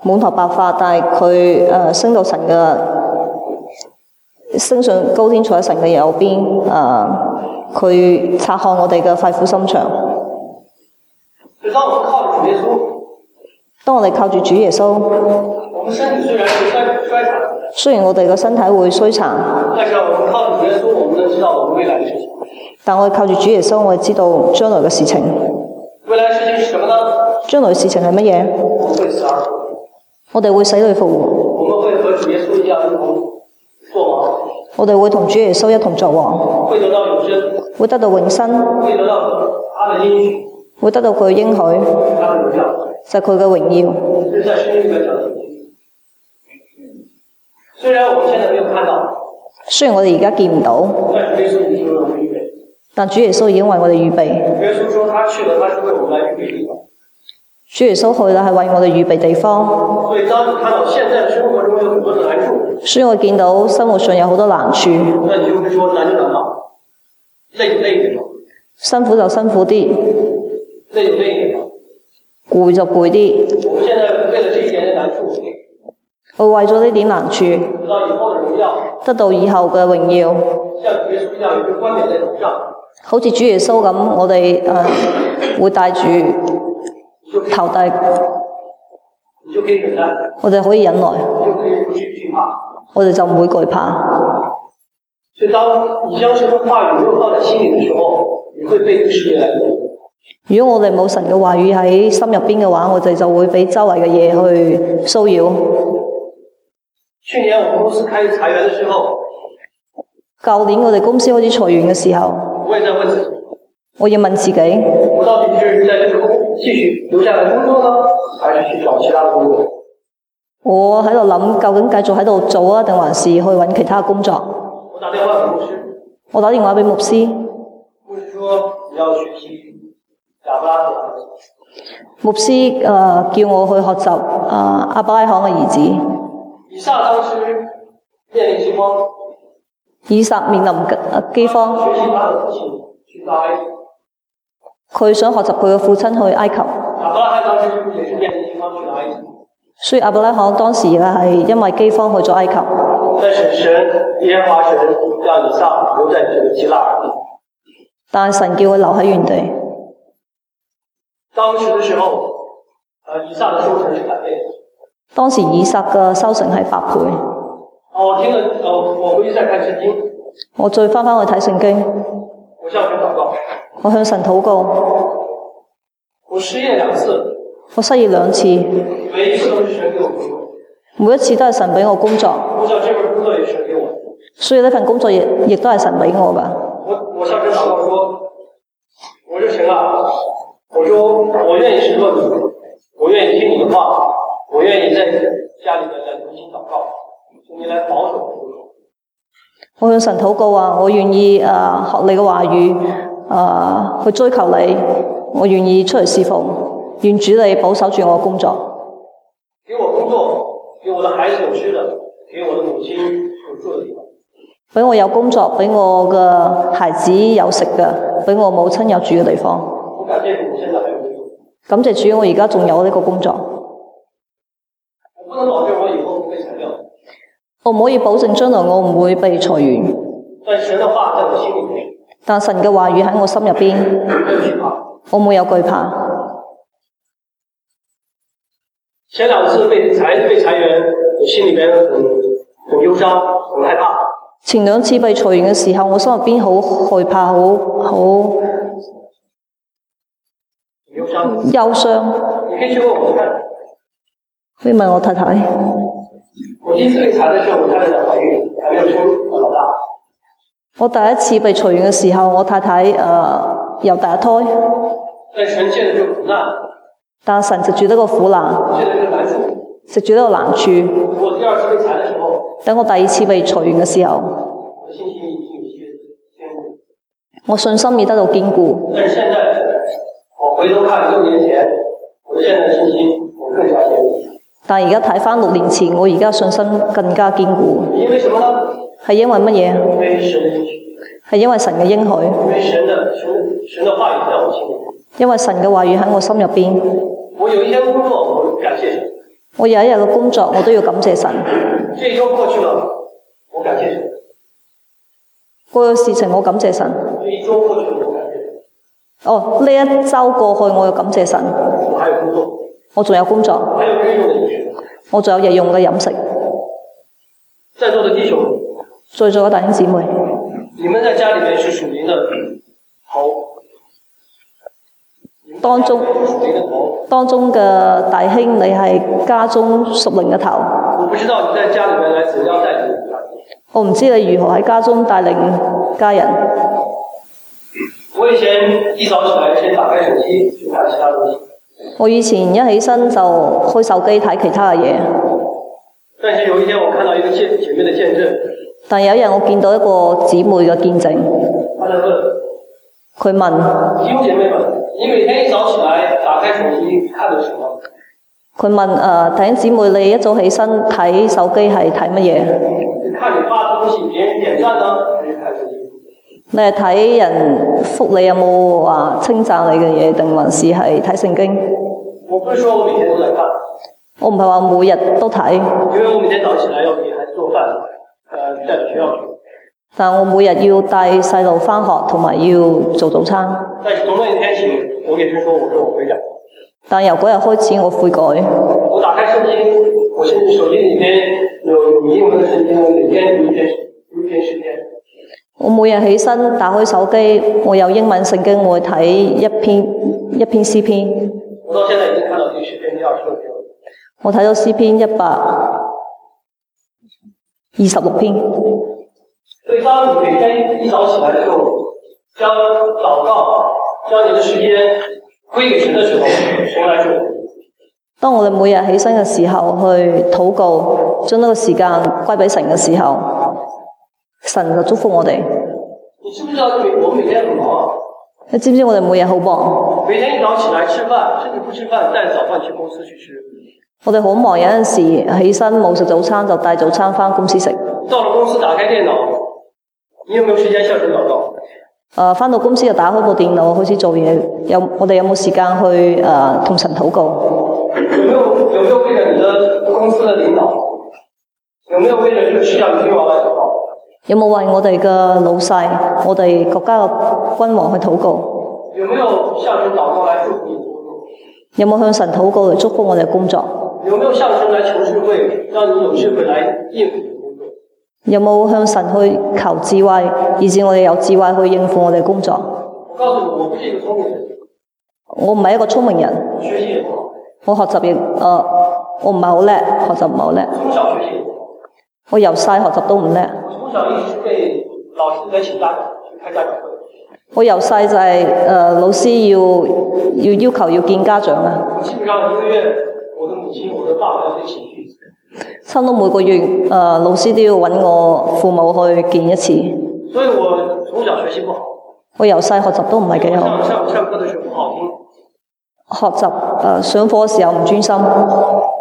B: 滿頭白髮，但係佢誒升到神嘅升上高天，坐喺神嘅右邊。誒、佢察看我哋嘅肺腑心腸。
A: 就当我们靠着主耶稣，
B: 當我哋靠住主耶穌，
A: 我们身体虽然是衰衰残，
B: 雖然我哋嘅身體會衰殘，
A: 但是我们靠主耶稣，我们能知道我们未来的事情。
B: 但我哋靠住主耶穌，我哋知道將來嘅事情。
A: 未来事情是什么呢？
B: 將來嘅事情係乜嘢？
A: 我们会死而复活，
B: 我哋會
A: 我们会和
B: 死裏復活，
A: 主耶稣一样一同做
B: 我哋會同主耶穌一同作王，
A: 王，会得到永生，
B: 會得到永生，
A: 会得到他的应许，
B: 會得到佢嘅應許，
A: 他的荣耀。
B: 就係佢嘅榮耀。
A: 这是在圣经里面讲的。虽然我们现在没有看到，
B: 雖然我哋而家見唔到，
A: 但主耶稣已经为我们预备。
B: 但主耶穌已經為我哋預備。
A: 主耶稣说他去了，他是为我们来预备地方。
B: 主耶穌去啦，係為我哋預備地方。
A: 所以当你看到现在生活中有很多的难处，
B: 所以我見到生活上有好多難處，
A: 那你就会说难就难吧，累就累点吧，
B: 辛苦就辛苦啲，
A: 累就累点吧。
B: 攰就攰啲。
A: 我们现在为了这一点的难处，
B: 我為咗呢點難處，
A: 得到以后的荣耀，
B: 得到以後嘅榮耀，
A: 像主耶稣一样有一个冠冕在头上，
B: 好似主耶穌咁，我哋誒、呃、會帶住
A: 你就可以
B: 頭戴，
A: 你就可以忍耐，
B: 我哋可以忍耐，
A: 你就可以不去惧怕。
B: 我哋就唔會懼怕。
A: 所以，当你将神的话语落到在心里的时候，你会被这个世界来影响。
B: 如果我哋冇神嘅話語喺心入邊嘅話，我哋就會俾周圍嘅嘢去騷擾。
A: 去年我们公司开始裁员的时候，
B: 舊年我哋公司開始裁員嘅時候。
A: 我也在问自己：
B: 我要問自己，
A: 我到底是在这个公司继续留下来工作呢，还是去找其他的工作？
B: 我喺度諗，究竟繼續喺度做啊，定還是去揾其他工作？
A: 我打电话给牧师，
B: 我打電話俾牧師，
A: 牧师说你要学习亚伯拉罕，
B: 牧師誒、呃叫我去學習誒、呃阿伯拉罕嘅兒子
A: 以撒当时面临饥荒，
B: 以撒面臨嘅呃饑荒，
A: 学习他的父亲去到埃及。
B: 佢想學習佢嘅父親去埃及，
A: 亚伯拉罕当时也是面临饥荒去到埃及，
B: 所以阿伯拉罕當時咧係因為饑荒去咗埃及，
A: 但是神耶和华神让以撒留在这个基拉尔地。
B: 但係神叫佢留喺原地。
A: 当时的时候，呃，以撒的收成是百倍。
B: 當時以撒嘅收成係百倍。
A: 哦，我听了，呃，我回去再看圣经，
B: 我再翻返去睇聖經，
A: 我向神祷告，
B: 我向神禱告，
A: 我失业两次，
B: 我失業兩次，
A: 每一次都是神给我工作，
B: 每一次都係神俾我工作，
A: 我想这份工作也是神给我的。
B: 所以呢份工作亦亦都係神俾我噶。
A: 我我向神祷告说，我说神啊，我说我愿意侍奉你，我愿意听你的话，我愿意在家里面来读经祷告，求你来保守我。
B: 我向神禱告話：我願意誒、呃、學你嘅話語，誒、呃、去追求你，我願意出嚟侍奉，願主你保守住我嘅工作，
A: 给我工作，给我的孩子有吃的，给我的母亲有住的地方。
B: 俾我有工作，俾我嘅孩子有食嘅，俾我母親有住嘅地方。
A: 我感谢主，现在还有工作。
B: 感謝主，我而家仲有呢個工作，
A: 我不能保证我以后不被裁掉，
B: 我唔可以保證將來我唔會被裁員。
A: 但神的话在我心里面，
B: 但神嘅話語喺我心入邊，
A: 我没有惧怕。
B: 我冇有懼怕。
A: 前两次被裁被裁员，我心里面很很忧伤，很害怕。
B: 前兩次被裁員嘅時候，我心入邊好害怕，好好
A: 很忧伤，
B: 憂傷。
A: 你可以去问我看。
B: 你問我太太，
A: 我第一次被裁的时候，我太太在怀孕，还没有生老大。
B: 我第一次被裁員嘅時候，我太太誒、呃有第一胎，
A: 但神现在这个苦难，
B: 但神食住呢個苦難，
A: 现在这个难处。
B: 食住呢個難處。
A: 我第二次被裁的时候，
B: 等我第二次被裁員嘅時候，
A: 我的信心已经有些坚固。
B: 我信心已得到堅固。
A: 但是现在，我回头看六年前，我现在的信心我更加坚固。
B: 但而家睇翻六年前，我而家信心更加堅固，
A: 因为什么呢？
B: 係因為乜嘢？
A: 因为神的应许，
B: 係因為神嘅應許。
A: 因为神的神的神的话语在我心里。
B: 因為神嘅話語喺我心入邊，
A: 我有一天工作，我感谢神；
B: 我有一日嘅工作我都要感謝神。
A: 这一周过去了，我感谢神；
B: 嗰個事情我感謝神。
A: 这一周过去了，我感谢神。
B: 哦，呢一周過去我要感謝神，
A: 我还有工作，
B: 我仲有工作，
A: 我还有日用的饮食。
B: 我仲有日用嘅飲食。
A: 在座的弟兄，
B: 在座嘅弟兄姊妹，
A: 你们在家里面是属灵的头，
B: 當中
A: 都是属灵的头。
B: 當中嘅弟兄，你係家中屬靈嘅頭。
A: 我不知道你在家里面来怎样带领你的家庭。
B: 我唔知你如何喺家中帶領家人。
A: 我以前一早起来先打开手机去看其他东西，
B: 我以前一起身就開手機睇其他嘅嘢，
A: 但是有一天我看到一个姐姐妹的见证，
B: 但有一日我見到一個姊妹嘅見證，
A: 她在问
B: 佢問。
A: 弟兄姐妹们：“你每天一早起来打开手机看的什么
B: 佢問誒、呃弟兄姊妹，你一早起身睇手機係睇乜嘢？？
A: 你看你发的东西，别人点赞呢，还是看手机？
B: 你係睇人覆你有冇話稱讚你嘅嘢，定還是係睇聖經？
A: 我不是说我每天都在看，
B: 我唔係話每日都睇，
A: 因为我每天早起来要给孩子做饭，呃，带到学校去。
B: 但我每日要帶細路翻學，同埋要做早餐。
A: 但是从那一天起，我给神说，我说我悔改。
B: 但由嗰日開始，我悔改。
A: 我打开圣经，我甚至手机里边有你英文的圣经，我每天读一篇，读一篇十篇。
B: 我每日起身打開手機，我有英文聖經，我會睇一篇一篇詩篇。
A: 我到现在已经看到第十篇、第二十六篇了。
B: 我睇到詩篇一百二十六篇。
A: 所以，当你每天一早起来的时候，将祷告、将你的时间归给神的时候，神来祝福你。
B: 當我哋每日起身嘅時候去禱告，將呢個時間歸俾神嘅時候，神就祝福我哋。
A: 你知不知道每我每天很忙啊？
B: 你知唔知我哋每日好忙？
A: 每天一早起来吃饭，甚至不吃饭，带着早饭去公司去吃。
B: 我哋好忙，有陣時起身冇食早餐就帶早餐返公司食。
A: 到了公司打开电脑，你有没有时间向神祷告？
B: 誒呃翻到公司就打開部電腦開始做嘢，有我哋有冇時間去誒同神禱告？
A: 有没有有没有为了你的公司的领导，有没有为了这个需要你君王来祷告？
B: 有冇為我哋嘅老細、我哋國家嘅君王去禱告？
A: 有没有向神祷告来祝福你的工作？
B: 有冇向神禱告嚟祝福我哋嘅工作？
A: 有没有向神来求智慧，让你有智慧来应付你的工作？
B: 有冇向神去求智慧，以至我哋有智慧去應付我哋嘅工作？
A: 我告诉你，我不是一个聪明人，
B: 我唔係一個聰明人，
A: 学习也不好，
B: 我學習亦誒、我唔係好叻，學習唔係好叻，
A: 从小学习也不好，
B: 我由細學習都唔叻，
A: 我从小一直被老师来请家长去开家长会，
B: 我由細就係、呃老師要要要求要見家長啊。
A: 我基本上一个月，我的母亲、我的爸爸要一起去，
B: 差唔多每個月，誒、老師都要揾我父母去見一次。
A: 所以我从小学习不好，
B: 我由細學習都唔係幾好，
A: 上上上课的时候不好听。
B: 學習誒、呃上課嘅時候唔專心。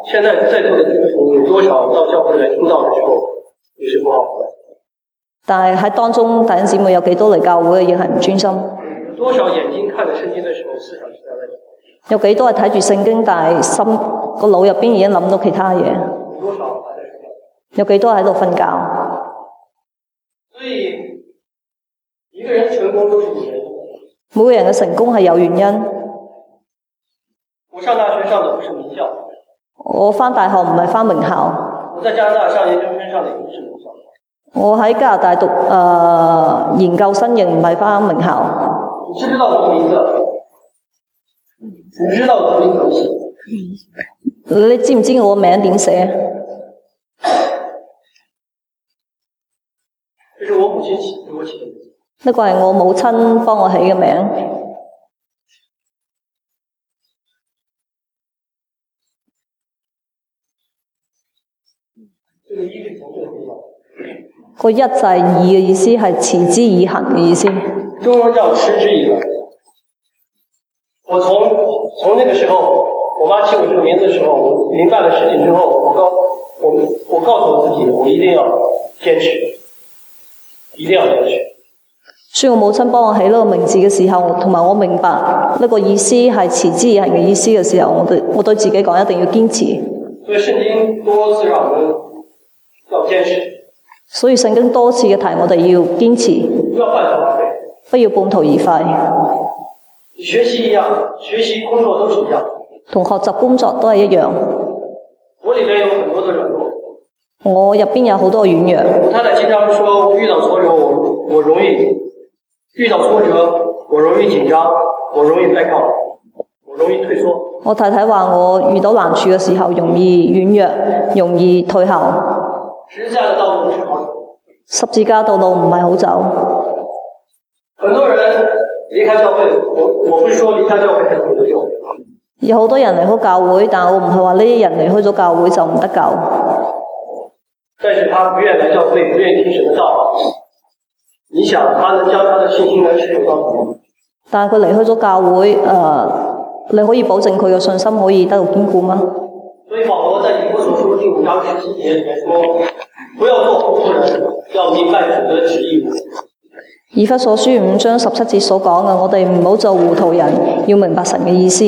A: 现在在座的基督徒有多少到教会来听到的时候也是不好
B: 但係喺當中弟兄姊妹有幾多嚟教會嘅，亦係唔專心。
A: 的？多少眼睛看着圣经的时候，思想是在外面；
B: 有幾多係睇住聖經，但係心個腦入邊已經諗到其他嘢。
A: 有多少还在睡觉？
B: 有幾多喺度瞓覺？
A: 所以，一个人成功都是有原因的。
B: 每個人嘅成功係有原因。
A: 我上大学上的不是名校，
B: 我翻大學唔係翻名校，
A: 我在加拿大上研究生上的也不是名校，
B: 我喺加拿大讀誒、研究生，亦唔係翻名校。
A: 你知不知道读名字？你知道读名怎么写？
B: 你知唔知我個名點寫？
A: 这是我母亲起给我起的名字。
B: 呢個係我母親幫我起嘅名。
A: 这个一是从这个地方，
B: 個一就係以嘅意思，係持之以恒嘅意思。
A: 中文叫持之以恒。我从从那个时候，我妈起我这个名字的时候，我明白了事情之后，我告我我告诉我自己，我一定要坚持，一定要坚持。
B: 所以我母親幫我起呢個名字嘅時候，同埋我明白呢個意思係持之以恒嘅意思嘅時候，我對我對自己講一定要堅持。
A: 所以圣经多次让我们要坚持，
B: 所以聖經多次嘅提我哋要堅持，
A: 不要半途而废。
B: 不要半途而廢。
A: 学习一样，学习工作都是一样。
B: 同學習工作都係一樣，
A: 我里面有很多的软弱，
B: 我入邊有好多軟弱。
A: 我太太经常说，我遇到挫折，我我容易遇到挫折，我容易紧张，我容易败靠，我容易退缩。
B: 我太太話我遇到難處嘅時候容易軟弱，容易退後。
A: 十字架的道路是好走。
B: 十字架道路唔係好走。
A: 很多人离开教会，我我不是说离开教会很有用，
B: 有好多人離開教會，但我唔係話呢啲人離開咗教會就唔得救，
A: 但是他不愿来教会，不愿意听神的道。你想，他能将他的信心来使用到什么？
B: 但係佢離開咗教會，誒、你可以保證佢嘅信心可以得到堅固嗎？
A: 所以保罗在以弗所书第五章十七节里面说：“不要做糊涂人，要明白主的旨意。
B: 以弗所書五章十七節所講嘅，我哋唔好做糊塗人，要明白神嘅意思。”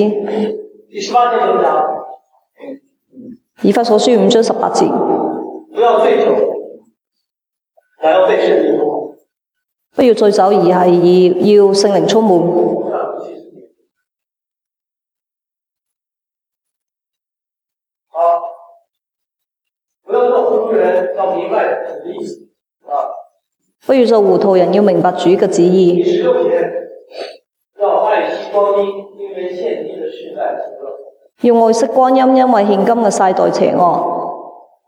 A: 第十八节怎讲？
B: 以弗所書五章十八節，
A: 不要醉酒，乃要被圣灵充
B: 不要醉酒，而係要要聖靈充滿。
A: 满。啊，不要做糊涂人，要明白主的意思。啊，
B: 不要做糊塗人，要明白主嘅旨
A: 第
B: 意。
A: 十六节要爱惜光阴，因为现今的世代邪恶。
B: 要愛惜光陰，因為現今嘅世代邪惡。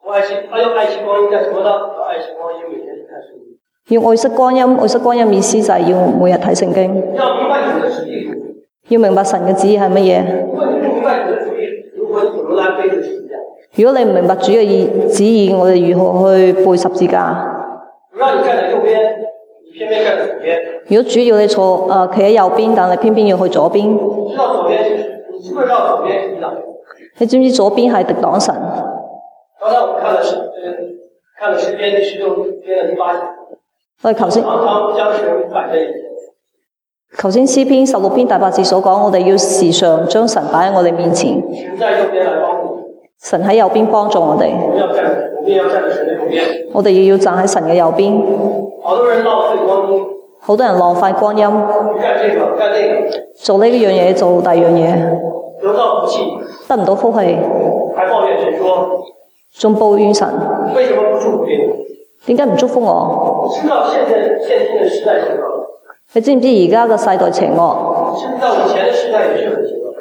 A: 我爱惜，他要爱惜光阴干什么呢？要爱惜光阴，每天去看圣经。
B: 要愛惜光陰，愛惜光陰意思就係要每日睇聖經。
A: 要明白你的旨意，
B: 要明白神嘅旨意係乜嘢。
A: 如果你不明白你的旨意，如何你怎么来背这个十字架？
B: 如果你唔明白主嘅意旨意，我哋如何去背十字架？
A: 我让你站在右边，你偏偏站在左边，
B: 如果主要你坐呃誒企喺右邊，但你偏偏要去左邊，
A: 你知道左边是，你知不知道左边是抵挡？
B: 你知唔知左邊係敵擋神？
A: 刚才我们看了是，呃，看了十篇第十六篇的第八节，
B: 我哋頭先
A: 常常将神摆在眼前，
B: 頭先詩篇十六篇第八節所講，我哋要時常將神擺喺我哋面前，
A: 神在右边来帮助
B: 神喺右邊幫助我哋，
A: 我们，我们要站，我们也要站在神的右边。
B: 我哋也要站喺神嘅右邊。
A: 好多人浪费光阴，
B: 好多人浪費光陰，
A: 干这个干那个，
B: 做呢樣嘢做第二樣嘢，
A: 得到福气，
B: 得唔到福氣，
A: 还抱怨神说
B: 仲抱怨神，
A: 为什么不祝福别人？
B: 點解唔祝福我？
A: 知道现在现今的时代是什么？
B: 你知唔知而家嘅世代邪惡？
A: 知不知道以前的时代也是很邪恶，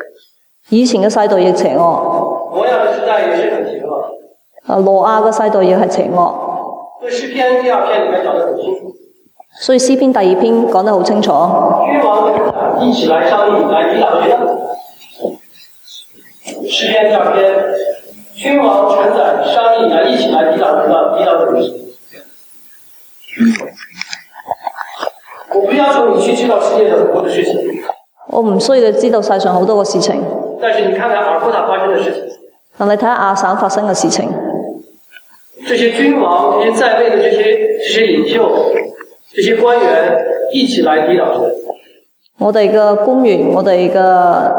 B: 以前嘅世代亦邪惡，
A: 摩亚的时代也是很邪恶。
B: 啊羅亞嘅世代亦係邪惡。
A: 所以诗篇第二篇里面讲得很清楚，
B: 所以詩篇第二篇講得好清楚，
A: 君王和勇敢一起来商议，来抵挡约旦。诗篇第二篇，君王、臣宰商议，来一起来抵挡什么？抵挡主义。我不要求你去知道世界的很多的事情，
B: 我唔需要你知道世上好多嘅事情，
A: 但是你看看尔库塔发生的事情，
B: 但你睇下亞省發生嘅事情，
A: 这些君王、这些在位的这些这些领袖、这些官员一起来抵挡谁？
B: 我哋嘅官員，我哋嘅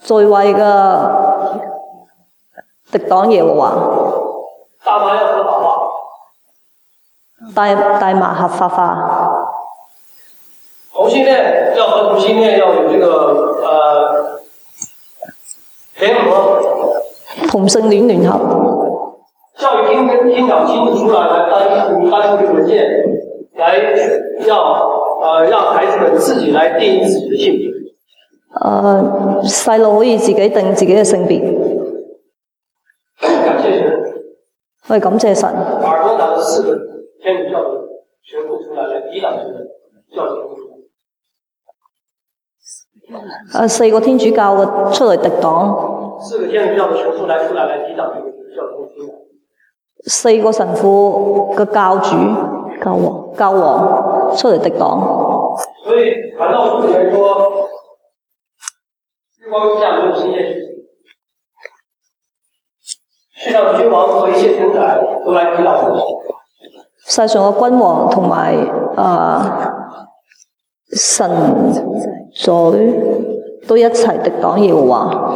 B: 在位嘅敵黨耶和華，
A: 大麻要合啊法化，
B: 大大麻合法化，
A: 同性恋要和同性恋要有这个呃联合，
B: 同性戀聯合，
A: 教育厅跟厅长亲自出来来颁布颁布这个文件，来要呃让孩子们自己来定义自己的性别。
B: 誒細呃路可以自己定自己嘅性別。
A: 感谢神，
B: 我哋感謝神，
A: 耳朵党的四个天主教的神父出来来抵挡这个教育厅。
B: 誒呃四個天主教嘅出嚟敵黨，
A: 四个天主教的神父来出来来抵挡这个教宗厅长，
B: 四個神父嘅教主、教皇、教皇出嚟敵黨，
A: 所以传道书里面说，日光之下没有新鲜事情。世上的君王和一切臣宰都来抵挡我们，
B: 世上嘅君王同埋誒神嘴都一齊敵黨耶和華。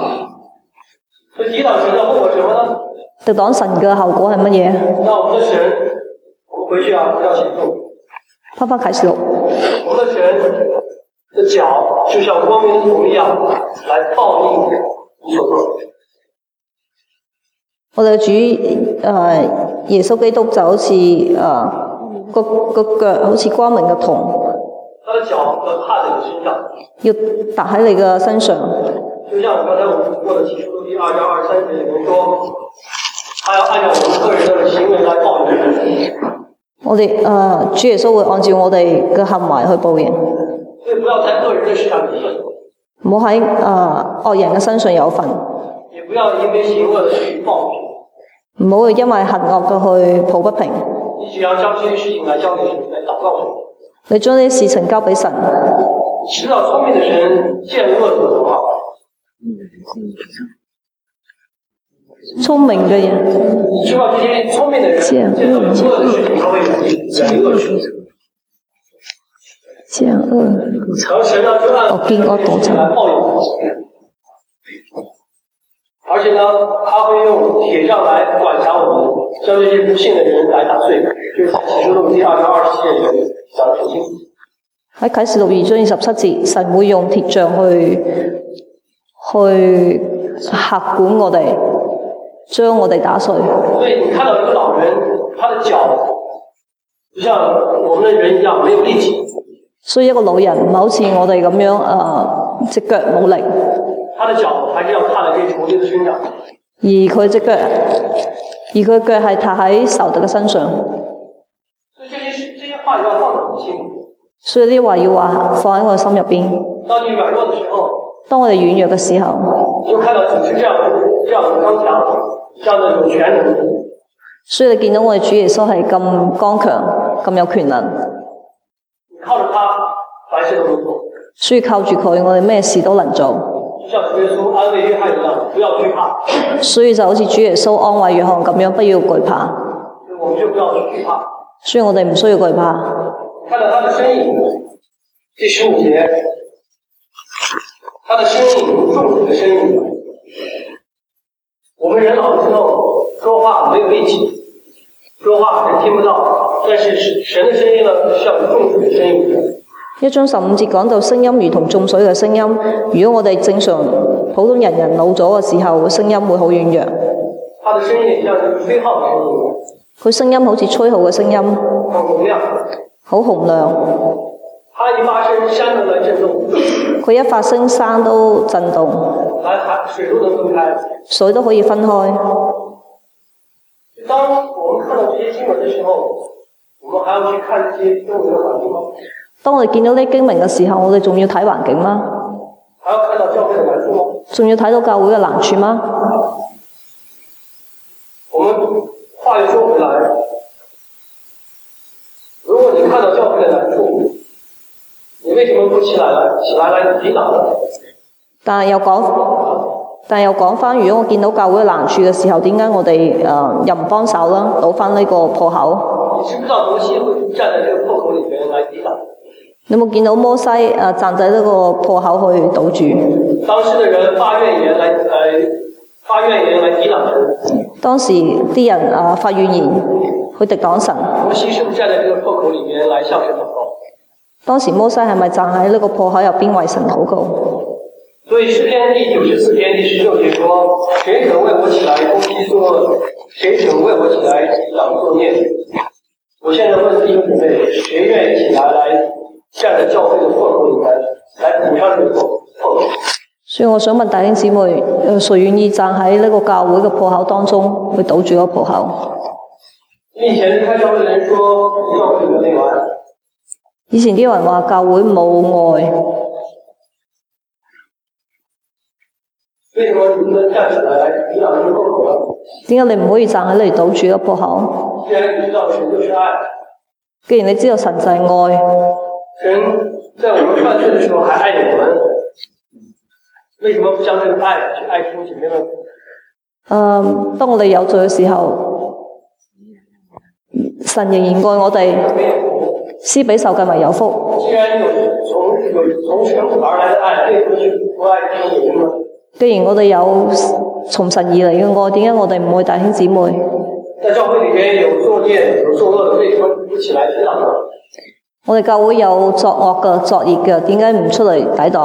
A: 所以抵挡神的后果是什么呢？
B: 敵黨神嘅後果係乜嘢？
A: 那我们的神，我们回去啊，不要行动。
B: 翻翻啟示錄，
A: 我们的神的脚就像光明的铜一样，来报应你所做。
B: 我哋嘅主誒、呃耶穌基督就好似誒、呃個個腳好似光明嘅銅，
A: 他的脚要踏在你身上，
B: 要搭喺你嘅身上。
A: 就像我刚才我们读过的《启示录》第二章二三节里面说，他要按照我们个人的行为来报应人，
B: 我哋誒、呃主耶穌會按照我哋嘅行為去報應，
A: 所以不要在个人的事上有份，
B: 唔好喺誒惡人嘅身上有份，
A: 也不要因为行恶的去报复，
B: 唔好因為行惡嘅去抱不平。
A: 你只要将这些事情来交给神，来祷告神。
B: 你將呢啲事情交俾神，
A: 知道聪明的神见恶就不怕，
B: 聰明嘅人
A: 你知道这些聪明的人见
B: 见
A: 到
B: 恶
A: 有
B: 就
A: 恶的事情，他会远离远离恶事。
B: 見惡。
A: 然后神呢就按来报应，而且呢，他会用铁杖来管辖我们，将这些不幸的人来打碎。这是在启示录第二章二十七节里面讲的很清楚。
B: 喺啟示錄二章二十七節，神會用鐵杖去去客管我哋，將我哋打碎。
A: 所以你看到一个老人，他的脚就像我们的人一样没有力气，
B: 所以一個老人唔係好似我哋咁樣誒只腳冇力，
A: 他的脚还是要踏在这仇敌的身上。
B: 而佢只腳，而佢腳係踏喺仇敵嘅身上。
A: 所以这些事这些话要放在我们心里。
B: 所以呢啲話要話放喺我心入邊。
A: 当你软弱的时候，
B: 當我哋軟弱嘅時候，
A: 你就看到主是这样的这样的刚强，这样的有权能。
B: 所以你見到我哋主耶穌係咁剛強、咁有權能，
A: 你靠着他，凡事都能做。
B: 所以靠住佢，我哋咩事都能做。
A: 就像主耶稣安慰约翰一样，不要惧怕。
B: 所以就好似主耶穌安慰約翰咁樣，不要懼怕。
A: 我们就不要去惧怕。
B: 所以我哋唔需要懼怕。
A: 看到他的身影，第十五节，他的身影如众子的身影。我们人老了之后，说话没有力气，说话人听不到，但是神的声音呢，像众子的声音一样。
B: 一章十五節講到聲音如同眾水嘅聲音，如果我哋正常普通人人老咗嘅時候，聲音會好軟弱。
A: 他的声音也像吹号的声音一样，
B: 佢聲音好似吹號嘅聲音，
A: 很洪亮。
B: 好洪亮。
A: 他一发声，山都能震动，
B: 佢一發聲，山都震動，
A: 海海水都能分开。
B: 水都可以分開。
A: 当我们看到这些经文的时候，我们还要去看这些周围的环境吗？
B: 當我哋見到呢經文嘅時候，我哋仲要睇環境嗎？
A: 还要看到教会的难处吗？
B: 仲要睇到教會嘅難處嗎？
A: 我们话又说回来，如果你看到教会的难处，你为什么不起来来起来来抵挡呢？
B: 但係又講，但係又講翻，如果我見到教會嘅難處嘅時候，點解我哋誒、呃又唔幫手啦？倒翻呢個破口？
A: 你知不知道摩西会站在这个破口里面来抵挡？
B: 你有冇見到摩西誒、呃站喺呢個破口去堵住？
A: 当时的人发怨言来来发怨言来抵挡神，
B: 當時啲人誒、呃、發怨言去敵擋神。
A: 摩西是不是站在这个破口里面来向神祷告？
B: 當時摩西係咪站喺呢個破口入邊為神禱告？
A: 所以诗篇第九十四篇第十六节说：“谁肯为我起来攻击作恶？谁肯为我起来抵挡作孽？”我现在问弟兄姊妹，谁愿意起来来站在教会的破口里面来补上这个破口？
B: 所以我想問弟兄姊妹，誒誰願意站喺呢個教會嘅破口當中去堵住個破口？
A: 你以前离开教会的人说，教会有内完，
B: 以前啲人話教會冇愛，
A: 为什么你不能站起来来抵挡这个破口啊呢？
B: 點解你唔可以站喺呢度堵住個破口？
A: 既然你知道神就是爱，
B: 既然你知道神就係愛，
A: 神在我们犯罪的时候还爱我们，为什么不将这个爱去爱弟兄姐妹们？
B: 誒、當嗯我哋有罪嘅時候，神仍然愛我哋，
A: 没有。
B: 施比受更為有福。
A: 既然有从有从神而来的爱，为何去不爱弟兄姐妹呢？
B: 既然我哋有從神而嚟嘅愛，點解我哋唔愛弟兄姊妹？
A: 在教会里面有作孽、有作恶的，为什么不起来抵挡呢？
B: 我哋教會有作惡嘅、作孽嘅，點解唔出嚟抵擋？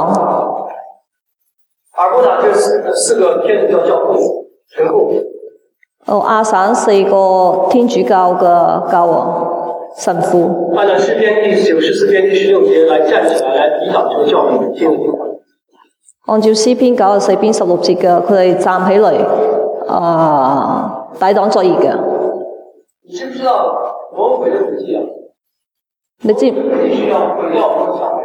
A: 而不打这四四个天主教教会神父，
B: 哦，亞省四個天主教嘅教皇神父，
A: 按照诗篇第九十四篇第十六节来站起来，来抵挡这个教会的经营。
B: 按照詩篇九十四篇十六節嘅，佢哋站起嚟，啊、抵擋作孽嘅。
A: 你知不知道魔鬼的诡计啊？
B: 你知
A: 必须要毁掉我们的教会。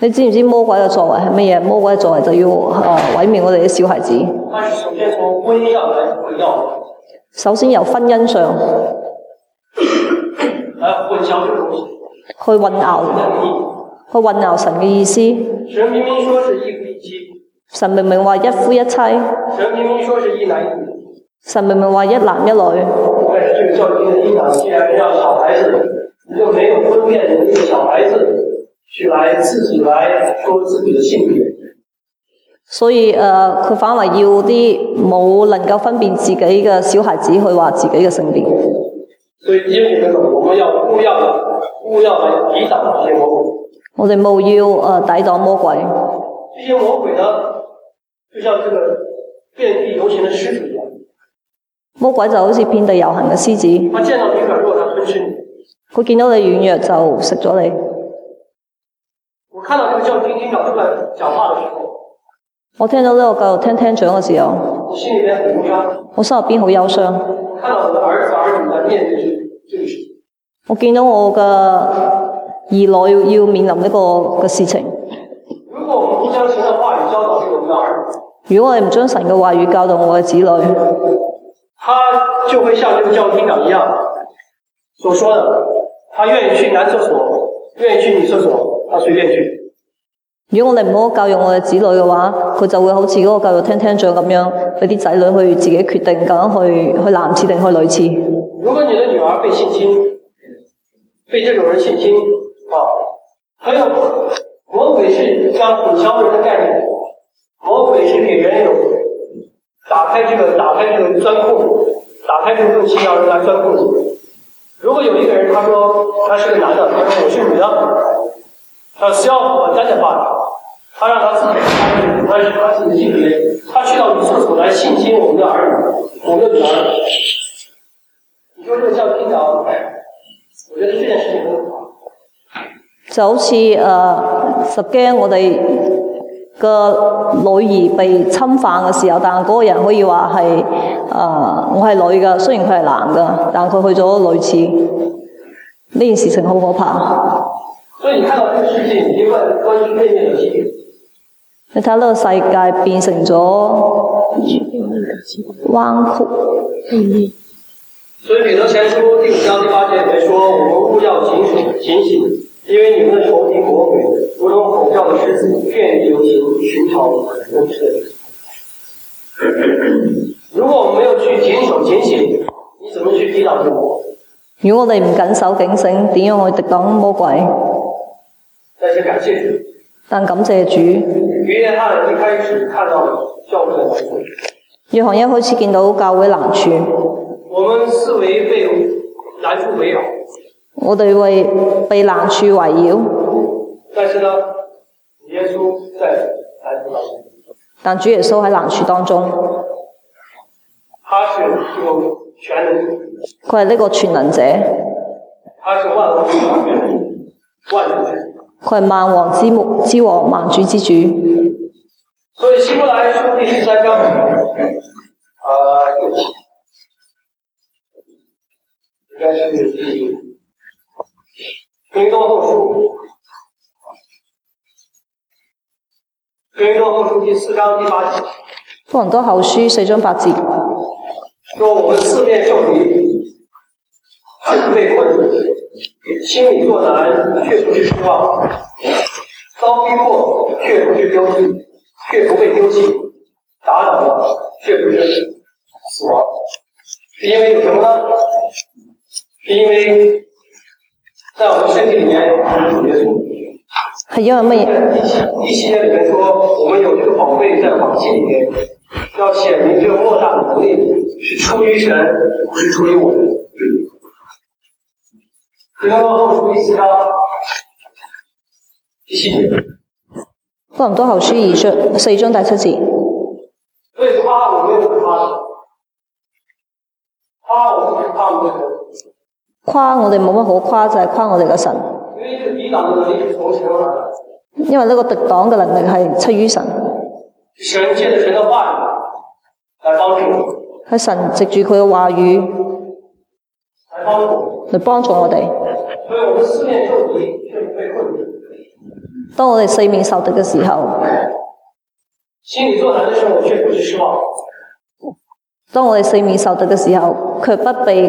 B: 你知唔知魔鬼嘅作為係乜嘢？魔鬼嘅作為就要啊毀滅我哋啲小孩子。
A: 它是首先从婚姻上来毁掉我
B: 首先由婚姻上
A: 们，来混淆这个东西。
B: 去混淆，去混淆神嘅意思。
A: 神明明说是一夫一妻，
B: 神明明話一夫一妻，
A: 神明明说是一男一女。
B: 神明明話一男一女，
A: 但是这个教育的影响，既然让小孩子又没有分辨能力的小孩子去来自己来说自己的性别，
B: 所以呃誒佢、反為要啲冇能夠分辨自己嘅小孩子去話自己嘅性別。
A: 所以因为这个，我们要勿要的勿要的抵挡这些魔鬼。
B: 我哋務要誒、呃抵擋魔鬼。
A: 这些魔鬼呢，就像这个遍地游行的狮子一样，
B: 魔鬼就好似遍地遊行嘅獅子，
A: 他见到你软弱，他吞噬你。
B: 佢見到你軟弱就食咗你。
A: 我看到这个教育厅长出来讲话的时候，
B: 我聽到呢個教育廳廳長嘅時候。
A: 我心里面很忧伤。
B: 我心入邊好憂傷，
A: 我看到我的儿子儿女在面对这这个事情。
B: 我見到我嘅兒女要面臨呢個嘅事情。
A: 如果我们不将神的话语教导给我们的儿女，
B: 如果我哋唔將神嘅話語教導我嘅子女，
A: 他就会像这个教育厅长一样所说的，他愿意去男厕所，愿意去女厕所，他随便去。
B: 如果我哋唔好教育我嘅子女嘅話，佢就會好似嗰個教育廳廳長咁樣，俾啲仔女去自己決定究竟去去男廁定去女廁。
A: 如果你的女儿被性侵，被这种人性侵啊，还有，魔鬼是像古乔人的概念，魔鬼是给人有打开这个打开这个钻空，打开这个洞隙让人来钻空。如果有一个人他说他是个男的，他说我是女的，他 self identify，他让他自己他是他自己性别，他去到女厕所来性侵我们的儿女，我们的女儿。你说这个叫平等？我觉得这件事情很好。
B: 就好似誒、呃十驚我哋個女兒被侵犯嘅時候，但係嗰個人可以話係誒我係女㗎，雖然佢係男㗎，但佢去咗女廁，呢件事情好可怕。
A: 所以你看到这个世界已经关关心内面的疾病，
B: 你睇下呢個世界變成咗
C: 去背面的经文，
B: 彎曲，
C: 背面
A: 所以彼得前书第五章第八节里面说：“我们务要警醒，警醒，因为你们的仇敌魔鬼，如同吼叫的狮子，遍地游行，寻找我们的人。”如果我们没有去谨守警醒，你怎么去抵挡这个魔鬼？
B: 如果我哋唔緊守警醒，點樣去敵擋魔鬼？
A: 但是感谢主，
B: 但感謝主，
A: 约翰一开始看到了教会的难处，
B: 約翰一開始見到教會難處，
A: 我们思维被难处围绕，
B: 我哋為被難處圍繞，
A: 但是呢，耶稣在难处当中。
B: 但主耶穌喺難處當中。
A: 他是这个全能，
B: 佢係呢個全能者，
A: 他是万物之源，万物之源。
B: 佢係萬王之目之王，萬主之主。
A: 所以希伯来书第十三章，呃，对不起应该是第格多后书，格多后书第四章第八节
B: 多倫多後書四章八節，
A: 说：“我们四面受敌，被困住，心里作难，却不是失望；遭逼迫，却不是丢弃，却不被丢弃；打倒了，却不是死亡。是因为有什么呢？是因为在我们身体里面有主耶稣。
B: 係因為乜嘢？
A: 在第七第七节里面说，我们有这个宝贝在瓦器里面，要显明这莫大的能力是出于神，不是出于我们。提多后书第四章第七节，
B: 多倫多後書二章四章第七節，
A: 所以夸我们有夸的，夸我们是夸我们的神，
B: 誇我哋冇乜好誇，就係、誇我哋嘅神，
A: 因为这个抵挡的能力是从神而来的，
B: 因為呢個敵擋嘅能力係出於神，
A: 神借着神的话语来帮助我们，
B: 係神藉住佢嘅話語
A: 来帮助我们，
B: 嚟幫助我哋。
A: 所以我们四面受敌，却不被困住。
B: 當我哋四面受敵嘅時候，
A: 心里作难的时候，我却不是失望。
B: 當我哋四面受敵嘅時候，卻不被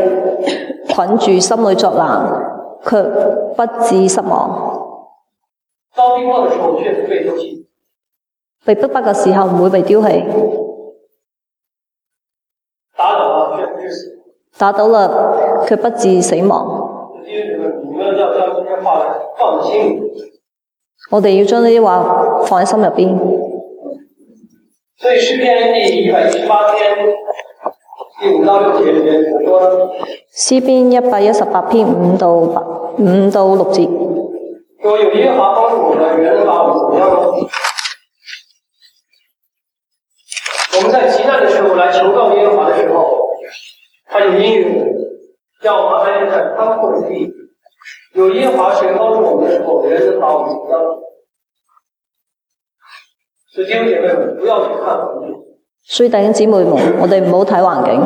B: 捆住，心裏作難，卻不致失望。
A: 遭逼迫的时候，我却不被丢弃。
B: 被逼迫嘅時候唔會被丟棄，
A: 打倒了却不是死。
B: 打倒啦卻不致死亡。
A: 因为你们，你们要将这些话放在心里。
B: 我哋要將呢啲話放喺心入邊。
A: 所以诗篇第一百一十八篇第五到六节里面，我说
B: 詩篇一百一十八篇五到八五到六節，
A: 说有耶和华帮助我们，人把我们怎么样呢？我们在极难的时候来求告耶和华的时候，他就应允我们，让我们安歇在宽阔之地。有耶和华神帮助我们的时候，人能把我们怎么样呢？所以弟兄姐妹们，不要去看环境，
B: 所以弟兄姊妹們，我哋唔好睇環境。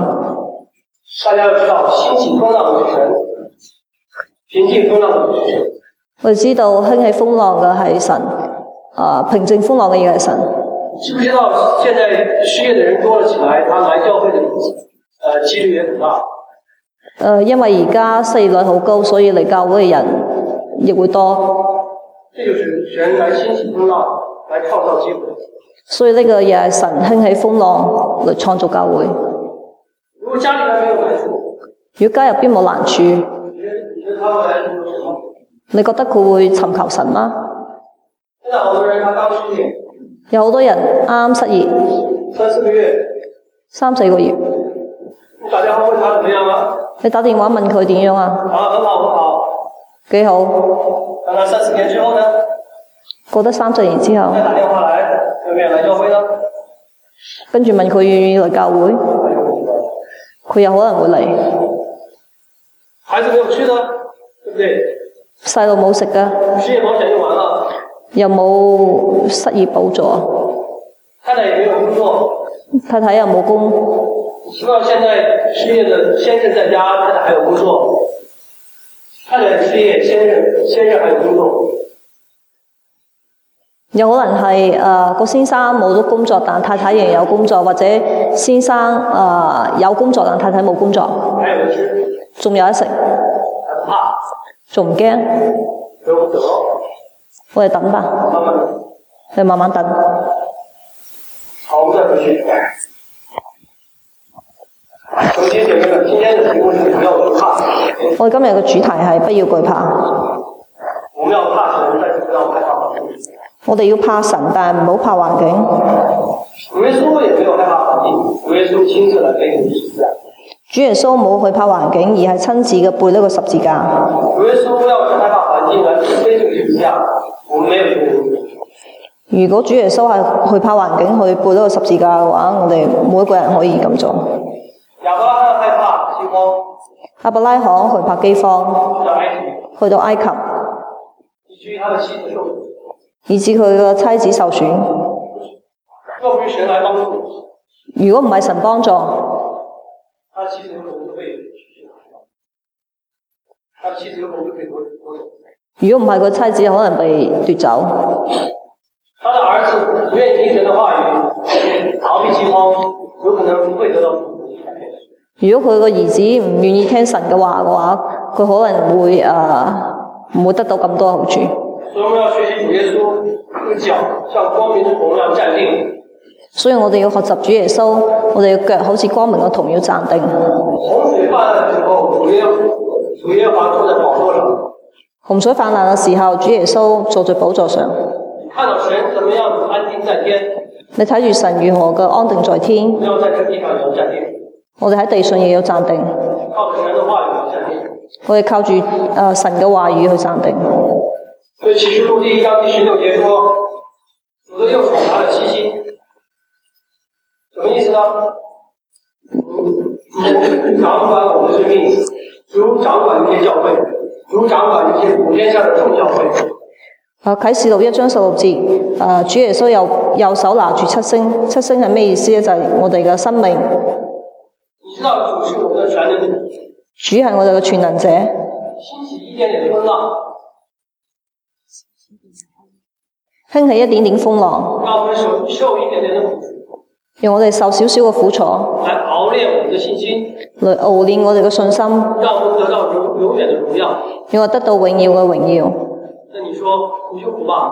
A: 大家要知道，兴起风浪的是神，平静风浪的是神。
B: 我哋知道興起風浪嘅係神，啊平靜風浪嘅亦係神。
A: 知不知道现在失业的人多了起来，他来教会的呃几率也很大。
B: 誒、呃因為而家失業率好高，所以嚟教會嘅人亦會多，
A: 这就是神来兴起风浪，来创造机会。
B: 所以呢個亦係神興起風浪嚟創造教會。
A: 如果家里还没有难处，
B: 如果家入邊冇難處，
A: 你觉得你觉得他们来说什么？
B: 你覺得佢會尋求神嗎？
A: 现在好多人他刚失业，
B: 有好多人啱啱失業
A: 三四个月，
B: 三四個月，
A: 你打电话问他怎么样了？
B: 你打電話問佢點樣啊？
A: 啊，很好，很好。
B: 幾好，
A: 等他三四年之后呢，
B: 過得三四年之後
A: 再，打电话来，有没有来教会呢？
B: 跟住問佢願唔願意嚟教會，
A: 他就不知道。
B: 佢有可能會嚟。
A: 孩子没有吃的，对不对？
B: 細路冇食噶，
A: 失业保险用完了，
B: 又冇失業補助，
A: 太太也没有工作。
B: 太太又冇工。
A: 直到现在失业的先生在家，太太还有工作。太太失业，先生先生还有工作。
B: 有可能係誒個先生冇咗工作，但太太仍然有工作，或者先生誒、呃有工作，但太太冇工作，
A: 还有的吃，
B: 仲有得食，
A: 还不怕，
B: 仲唔驚？
A: 所以我们等咯，
B: 我哋等吧，
A: 慢慢等。
B: 你慢慢等。
A: 好，我们再回去。首先，姐妹们，今天的题目是不要惧怕，
B: 我哋今日嘅主題係不要懼怕，
A: 我们要怕神，但是不要害怕环境。
B: 我哋要怕神，但係唔好怕環境。
A: 主耶稣也没有害怕环境，主耶稣亲自来背负十字架。
B: 主耶穌冇去怕環境，而係親自嘅背呢個十字架。
A: 主耶稣要是害怕环境来自卑这个十字架，我们没有用武。
B: 如果主耶穌係去怕環境去背呢個十字架嘅話，我哋每一個人可以咁做。
A: 亚伯拉罕害怕饥荒，
B: 阿伯拉罕去怕饑荒，
A: 住在埃及，
B: 去到埃及。
A: 以至于他的妻子受苦。
B: 以致佢嘅妻子受損。
A: 若不是神来帮助，
B: 如果唔係神幫助，
A: 他的妻子有可能就被他的妻子有可能就被夺夺走。
B: 如果唔係佢妻子，可能被奪走。
A: 他的儿子不愿意听神的话语，逃避饥荒，有可能不会得到福气。
B: 如果佢個兒子唔願意聽神嘅話嘅話，佢可能會誒唔、會得到咁多好處。
A: 所以我们要学习主耶稣用脚像光明的同样站定，
B: 所以我哋要學習主耶穌，我哋嘅腳好似光明嘅銅要站定。
A: 洪水泛滥的时候，主耶主耶和华坐在宝座上。
B: 洪水泛濫嘅時候，主耶穌坐在寶座上，
A: 你看到神怎么样子安定在天，
B: 你睇住神如何嘅安定在天
A: 我，们要在这地上也要站定，
B: 我哋喺地上亦要站定，
A: 靠着神的话语要站定。
B: 我哋靠住誒、呃神嘅話語去站定。
A: 所以启示录第一章第十六节说，主的右手拿了七星，什么意思呢？主掌管我们生命，主掌管一切教会，主掌管一切普天下的众教会。
B: 啊，啟示錄一章十六節，啊，主耶穌右右手拿住七星，七星係咩意思咧？就係、我哋嘅生命，
A: 你知道主是我们的全能主，
B: 主係我哋嘅全能者，
A: 兴起一点点风浪，
B: 興起一點點風浪，
A: 让我们受受一点点的苦楚，
B: 讓我哋受少少嘅苦楚，
A: 来熬炼我们的信心，
B: 嚟熬練我哋嘅信心，
A: 让我们得到永永远的荣耀。
B: 讓我得到永耀嘅榮耀。
A: 那你说苦就苦吧，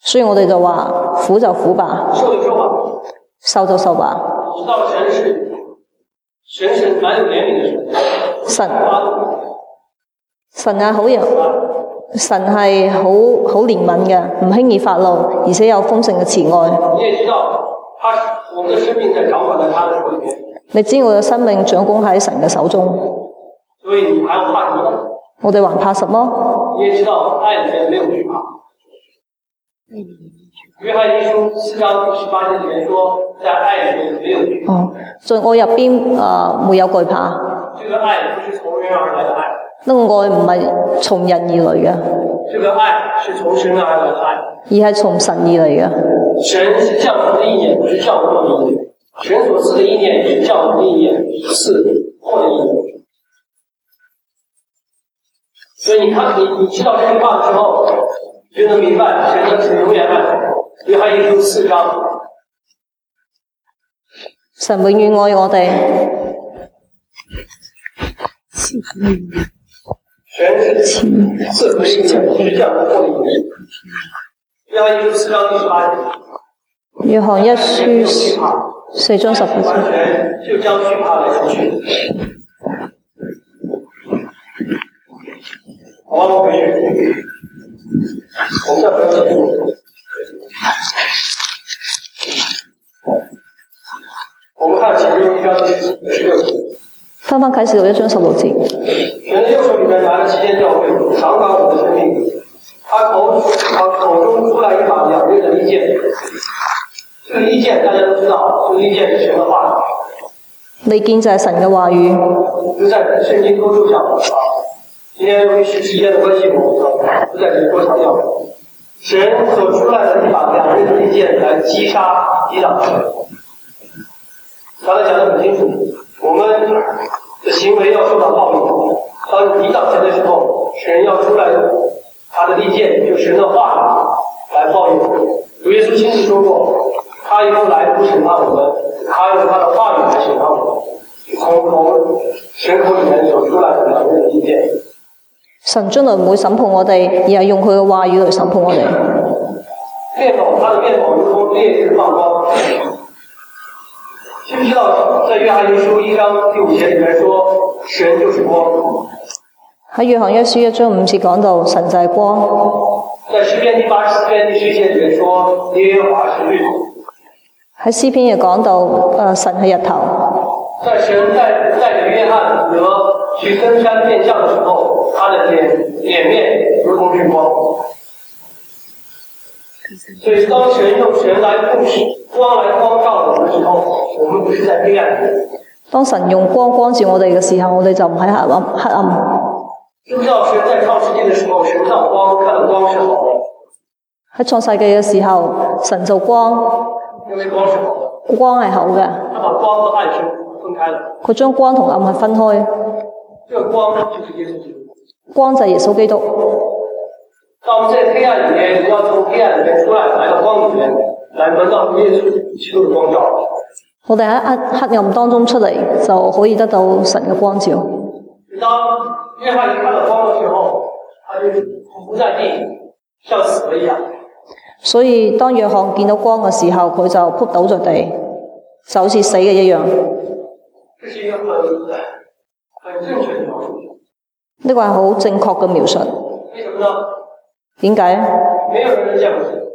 B: 所以我哋就話苦就苦吧，
A: 受就受吧。
B: 受就受吧。
A: 你知道神是神是蛮有怜悯的神，
B: 神
A: 发怒
B: 神係好人，
A: 啊，
B: 神係好好憐憫嘅，唔輕易發怒，而且有豐盛嘅慈愛。
A: 你也知道，他是我们的生命在掌管在他的手里面，
B: 你知我嘅生命掌控喺神嘅手中，
A: 所以你还要怕什么呢？
B: 我哋還怕什麼？
A: 你也知道，爱里面没有惧怕。约翰一书四章第十八节里面说，在爱里面没有惧
B: 哦，在愛入邊啊，沒有懼怕。
A: 怕。这个爱不是从人而来的爱，
B: 呢個愛唔係從人而嚟嘅，
A: 这个爱是从神而来的爱。
B: 而係從神而嚟嘅。
A: 神是降服的意念，不是降服的意念。神所赐的意念也是降服的意念，不是赐祸的意念。所以你看，你你知道这句话的时候，你就能明白神的是永远爱。约翰一书四章，
B: 神永遠愛我哋，
C: 幸福的一面，
A: 神是赐福的意念，不是降服祸的意念。约翰一书四章第十八节，
B: 約翰一
A: 没有
B: 書
A: 惧怕
B: 四章十八
A: 完
B: 節。
A: 全就将惧怕来除去。好吧，我们回去。我们再回到节目。我们看其中一章十六节。
B: 翻翻啟示錄一章十六節，
A: 人的右手里面拿着七间教会，掌管我们的生命。他口他口中出来一把两刃的利剑。这个利剑大家都知道，这个利剑是神的话
B: 利劍就係神嘅話語，
A: 语，就在圣经多处讲啊。今天由于是时间的关系，我们不在这里多强调。神所出来的一把两刃的利剑来击杀抵挡神。刚才讲得很清楚，我们的行为要受到报应。当你抵挡神的时候，神要出来，他的利剑就是神的话语来报应。主耶稣亲自说过，他用来不审判我们，他用他的话语来审判我们。从从神口里面所出来的两刃的利剑，
B: 神將來唔會審判我哋，而係用佢嘅話語嚟審判我哋。
A: 面孔，他的面孔如同烈日放光。知不知道，在约翰一书一章第五节里面说，神就是光。
B: 喺約翰一書一章五節講到神就係光，
A: 在诗篇第八十四篇第十节里面说，耶和华是日头。
B: 喺詩篇亦講到呃神係日頭。
A: 在神带带着约翰和去登山变相的时候，他的脸脸面如同日光。所以，当神用神来控制光来光照我们的时候，我们不是在黑暗里。
B: 當神用光光照我哋嘅時候，我哋就唔喺黑暗黑暗。
A: 知不知道神在创世纪的时候，神造光，看到光是好的，
B: 喺創世紀嘅時候，神就光，
A: 因为光是好的，
B: 光係好嘅，
A: 他把光和暗是分开了。
B: 佢將光同暗係分開，
A: 这个光就是耶稣基督。
B: 光就係耶穌基督。
A: 当我们在黑暗里面，要从黑暗里面出来，来到光里面，来闻到耶稣基督的光照。
B: 我哋喺黑黑暗當中出嚟，就可以得到神嘅光照。
A: 当约翰一看到光的时候，他就匍匐在地，像死了一样。
B: 所以當約翰見到光嘅時候，佢就撲倒在地，就好似死嘅一樣。
A: 这是一个很很正确的描述。
B: 呢個係好正確嘅描述。
A: 为什么呢？
B: 點解？
A: 没有人能见过神，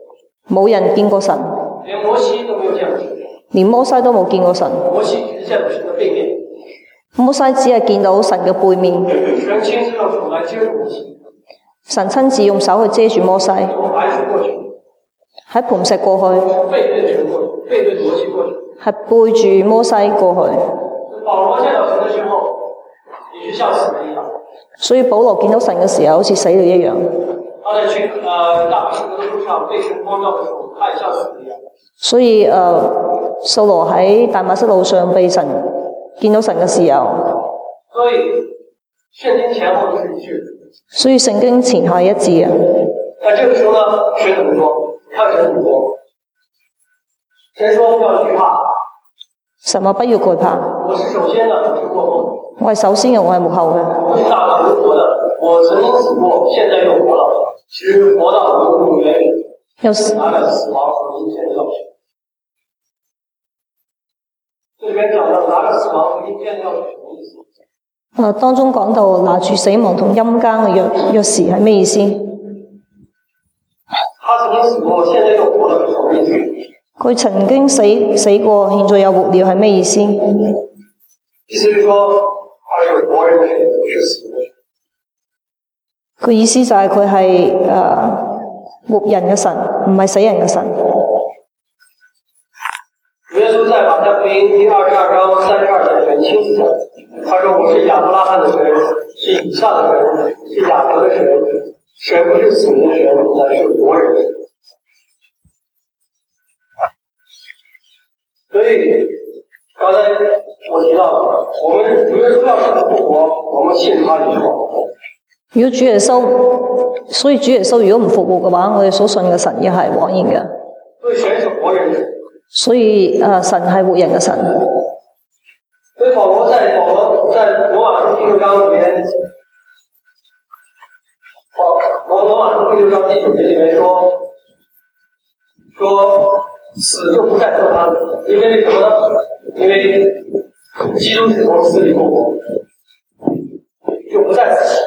B: 冇人見過神，
A: 连摩西都没有见过神。
B: 連摩西都冇見過神。
A: 摩西只是见过神的背面。
B: 摩西只係見到神嘅背面，
A: 神亲自用手来接住摩西，
B: 神親自用手去遮住摩西，喺
A: 从磐石过去，
B: 磐石過去。
A: 背对神过去，背对摩西过去。
B: 係背住摩西過去，
A: 保罗见到神的时候，也是像死了一样。
B: 所以保羅見到神嘅時候，好似死了一樣。
A: 他在去呃大马士革的路上被神光照的时候，他也像死了一样。
B: 所以誒，呃掃羅喺大馬色路上被神見到神嘅時候，
A: 所以圣经前后都是一致的。
B: 所以聖經前後係一致啊嘅。
A: 那这个时候呢，神怎么说？看神怎么说？神说不要惧怕，
B: 神話不要懼怕，
A: 我是首先的，我是过后
B: 我係首先嘅，我係幕後嘅。
A: 的，我是大马士革的，我曾经死过，现在又活了，直活到永永远远。
B: 有時
A: 满了死亡和阴间的钥匙。这里面讲到拿着死亡和阴间的钥匙什么意思？
B: 誒呃當中講到拿住死亡同陰間嘅鑰鑰匙係咩意思？
A: 他曾经死过，现在又活了，是什么意思？
B: 佢曾經死死過，現在又活了係咩意思？
A: 意思是说他是活人的神，不是死人的神。
B: 佢意思就係佢係誒活人嘅神，唔係死人嘅神。
A: 主耶稣在马太福音第二十二章三十二节里面亲自讲，他说：“我是亚伯拉罕的神，是以撒的神，是雅各的神。神不是死人的神，乃是活人的神。”所以，刚才我提到了，我们主耶稣要是复活，我们信他就好。
B: 如果主耶穌，所以主耶穌如果唔復活嘅話，我哋所信嘅神亦係枉然嘅。
A: 所以神是活人的神。
B: 所以誒、呃神係活人嘅神。
A: 所以保罗在保罗在罗马书第六章里面，保罗罗马书第六章第九节里面说，说死就不再做他了，因为什么呢？因为基督是从死里复活，就不再死。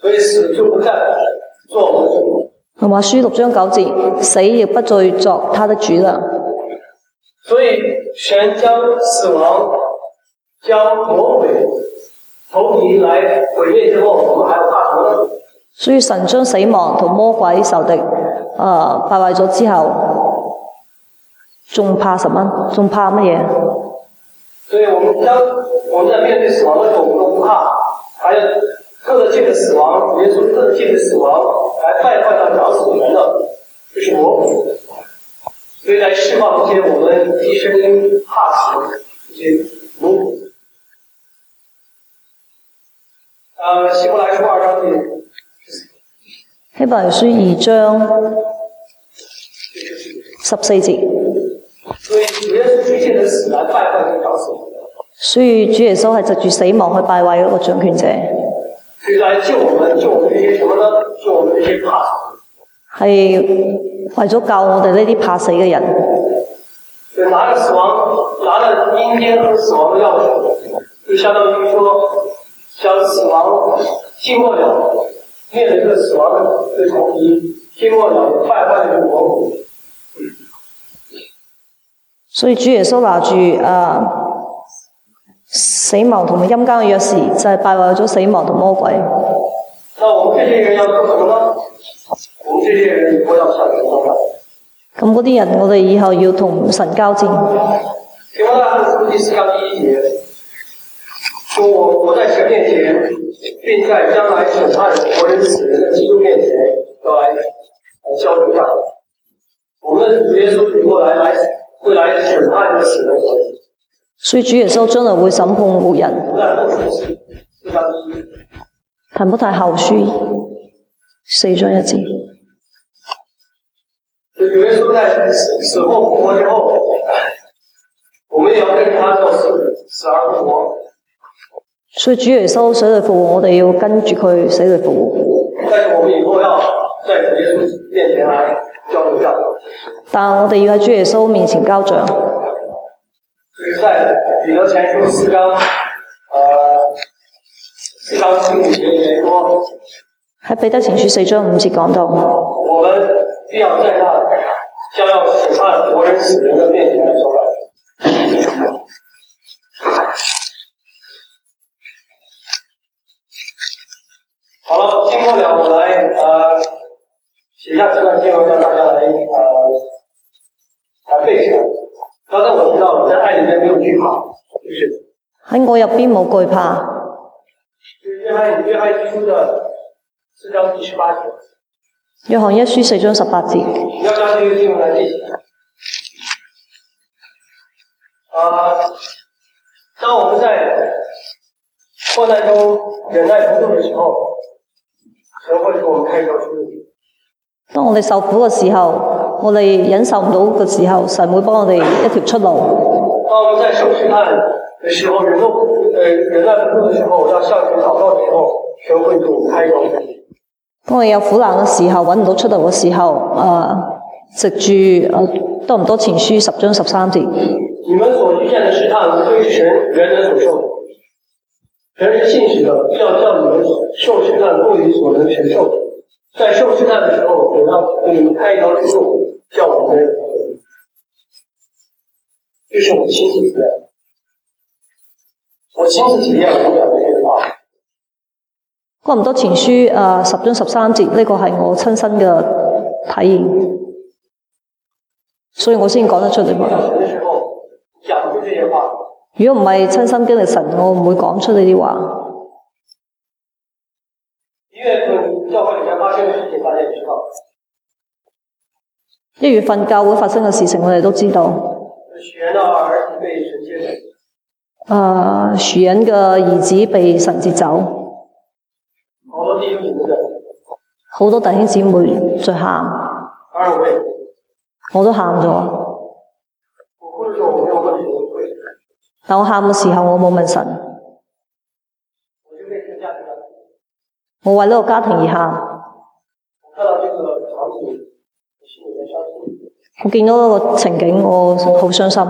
A: 所以死就不再做我们的主。
B: 同埋書六章九節，死亦不再作他的主啦。
A: 所以神将死亡、将魔鬼、仇敌来毁灭之后，我们还有大河。
B: 所以神將死亡同魔鬼仇敵啊敗壞咗之後，仲怕什麼？仲怕乜嘢？
A: 所以我们将我们在面对死亡的时候，我们都不怕，还有各界的死亡，耶稣各界的死亡来败坏到掌死权的，就是魔鬼。所以来释放这些我们一生怕死的这些奴仆。呃，希伯来书二章第
B: 希伯來書二章十四節，
A: 所以主耶稣出现的死来败坏这掌死权的，
B: 所以主耶穌係藉住死亡去敗壞嗰個掌權者，
A: 所以来救我们，救我们这些什么呢？救我们这些怕死的。
B: 係為咗救我哋呢啲怕死嘅人。
A: 就拿着死亡，拿着阴间和死亡的钥匙，就相当于说，将死亡进末了，灭了这个死亡的这仇敌，进末了败坏了这个魔鬼。
B: 所以主耶穌拿住啊死亡同埋陰間嘅鑰匙，就係、敗壞咗死亡同魔鬼。
A: 那我们这些人要做什么呢？我们这些人以后要向神交代。
B: 咁嗰啲人，我哋以後要同神交戰。
A: 提摩太后书第四章第一节说：“我活在神面前，并在将来审判活人死人的基督面前要来来交对账。我们主耶稣以后来来会来审判死人活人，
B: 所以主耶穌將來會審判活人。
A: 不在后世纪四章第一。
B: 提摩太後書四章一節，
A: 就主耶稣在死死后复活之后，我们也要跟着他做死死而复活。
B: 所以主耶穌死裏復活，我哋要跟住佢死裏復活。
A: 但是我们以后要在主耶稣面前来交对账。”
B: 但我哋要喺主耶穌面前交賬。
A: 就是在彼得前书四章，呃，四章第五节里面说，
B: 喺彼得前書四章五節講到，
A: 我们必要在那将要审判活人死人的面前来交代。好了，经过了，我来呃写下这段经文，让大家来呃来背起来。刚才我提到了，在爱里面没有惧怕，就是。
B: 喺我入邊冇懼怕。
A: 就是约翰约翰一书的四章第十八节，
B: 約翰一書四章十八節。
A: 你要将这个经文来记起来。啊，当我们在患难中忍耐不住的时候，神会给我们开一条出路。
B: 當我哋受苦嘅時候，我哋忍受唔到嘅時候，神會幫我哋一條出路。
A: 当我们在受试探的时候，忍受呃忍耐不住的时候，要向神祷告的时候，神会给我们开一条出路。
B: 當我哋有苦難嘅時候，揾唔到出路嘅時候，啊，藉住啊多唔多前書十章十三節，
A: 你们所遇见的试探，无非是神原本所受的。神是信实的，要叫你们受试探过于所能承受的。在受试探的时候，我要给你们开一条出路，叫我们得以得胜这是我亲自体验的，我亲自体验了主讲的这句话。
B: 多唔多前書啊十章十三節，呢、個係我親身嘅體驗，所以我先講得出嚟
A: 遇到
B: 嘛。
A: 神的时候，讲出这些话，
B: 如果唔係親身經歷神，我唔會講出呢啲話。
A: 一月份教会里面发生的事情，大家也知道，
B: 一月份教會發生嘅事情，我哋都知道。
A: 就是许愿的儿子被神接走。
B: 啊，徐隱嘅兒子被神接走。
A: 好多弟兄姊妹在，
B: 好多弟兄姊妹在喊，
A: 当然我也。
B: 我都喊咗。
A: 我哭的时候我没有问我会，
B: 但我喊嘅時候，我冇問神，
A: 我就为这个家庭感到
B: 我為呢個家庭而喊。
A: 我看到这个场景，我心里面伤心。
B: 我見到嗰個情景，我好傷心。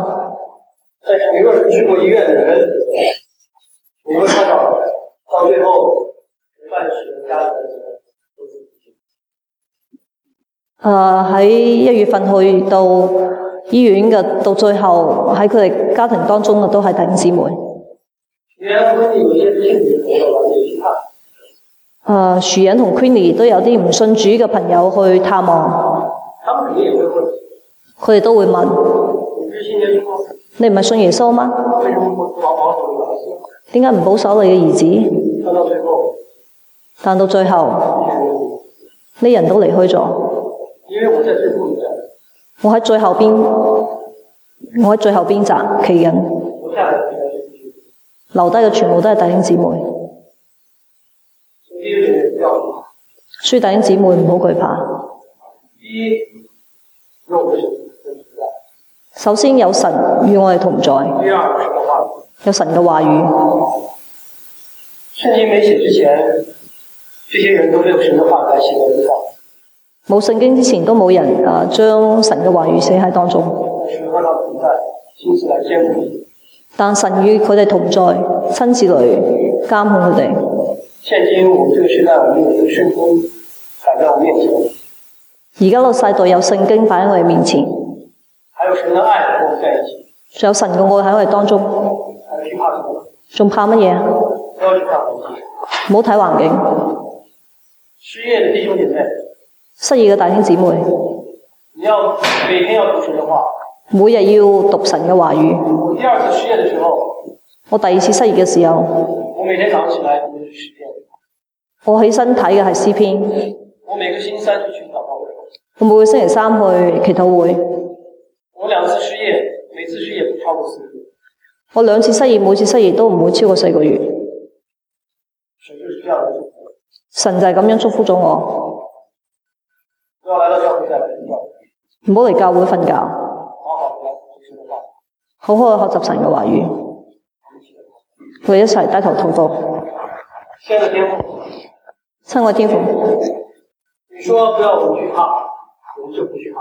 A: 但是没有人去过医院的人，你会看到，到最后，万事人家的人都是不幸。
B: 誒呃喺一月份去到醫院嘅，到最後喺佢哋家庭當中嘅都係弟兄姊妹。
A: 原婚有一些信主朋友来也去看，
B: 誒、樹人呃同 Queenie 都有啲唔信主嘅朋友去探望，
A: 他们肯定也会问：
B: 佢哋都會問：
A: 你是信耶稣吗？
B: 你唔係信耶穌嗎？
A: 为什么不往保守你的心？
B: 點解唔保守你嘅兒子？
A: 看到最后，
B: 但到最後，呢人都離去咗。
A: 因为我在最后一站，
B: 我喺最後邊，我喺最後邊站企緊，
A: 留下来的应该是不幸。
B: 留低嘅全部都係弟兄姊妹。
A: 所以不要怕。
B: 所以弟兄姊妹唔好懼怕。
A: 第一，有我们神的存在；
B: 首先有神與我哋同在，
A: 第二，神的话语。
B: 有神嘅話語。
A: 圣经没写之前，这些人都没有神的话语来写在地上，
B: 冇聖經之前都冇人啊將神嘅話語寫喺當中，
A: 但神和他同在，亲自来监督你。
B: 但神與佢哋同在，親自嚟監控佢哋。
A: 现今我们这个时代，我们有一个圣经摆在我们面前，
B: 而家個世代有聖經擺喺我哋面前，
A: 还有神的爱和我们在一起，
B: 仲有神嘅愛喺我哋當中，
A: 还是去怕什么？
B: 仲怕乜嘢啊？
A: 不要去怕环境。
B: 唔好睇環境，
A: 失业的弟兄姐妹，
B: 失意嘅弟兄姊妹，
A: 你要每天要读神的话。
B: 每日要讀神嘅話語。
A: 我第二次失业的时候，
B: 我第二次失業嘅時候，
A: 我每天早上起来读的是诗篇，
B: 我起身睇嘅係詩篇，
A: 我每个星期三去寻祷告。
B: 我每個星期三去祈禱會。
A: 我两次失业，每次失业不超过四个月，
B: 我兩次失業，每次失業都唔會超過四個月。
A: 神就是这样的祝福。
B: 神就係咁樣祝福咗我，
A: 不要来到教会再睡觉，
B: 唔好嚟教會瞓覺，
A: 好好地来读神的话。
B: 好好去學習神嘅話語。我哋一齊低頭禱告，
A: 亲爱的天父，
B: 親愛天父，
A: 你说不要我们惧怕，我们就不惧怕，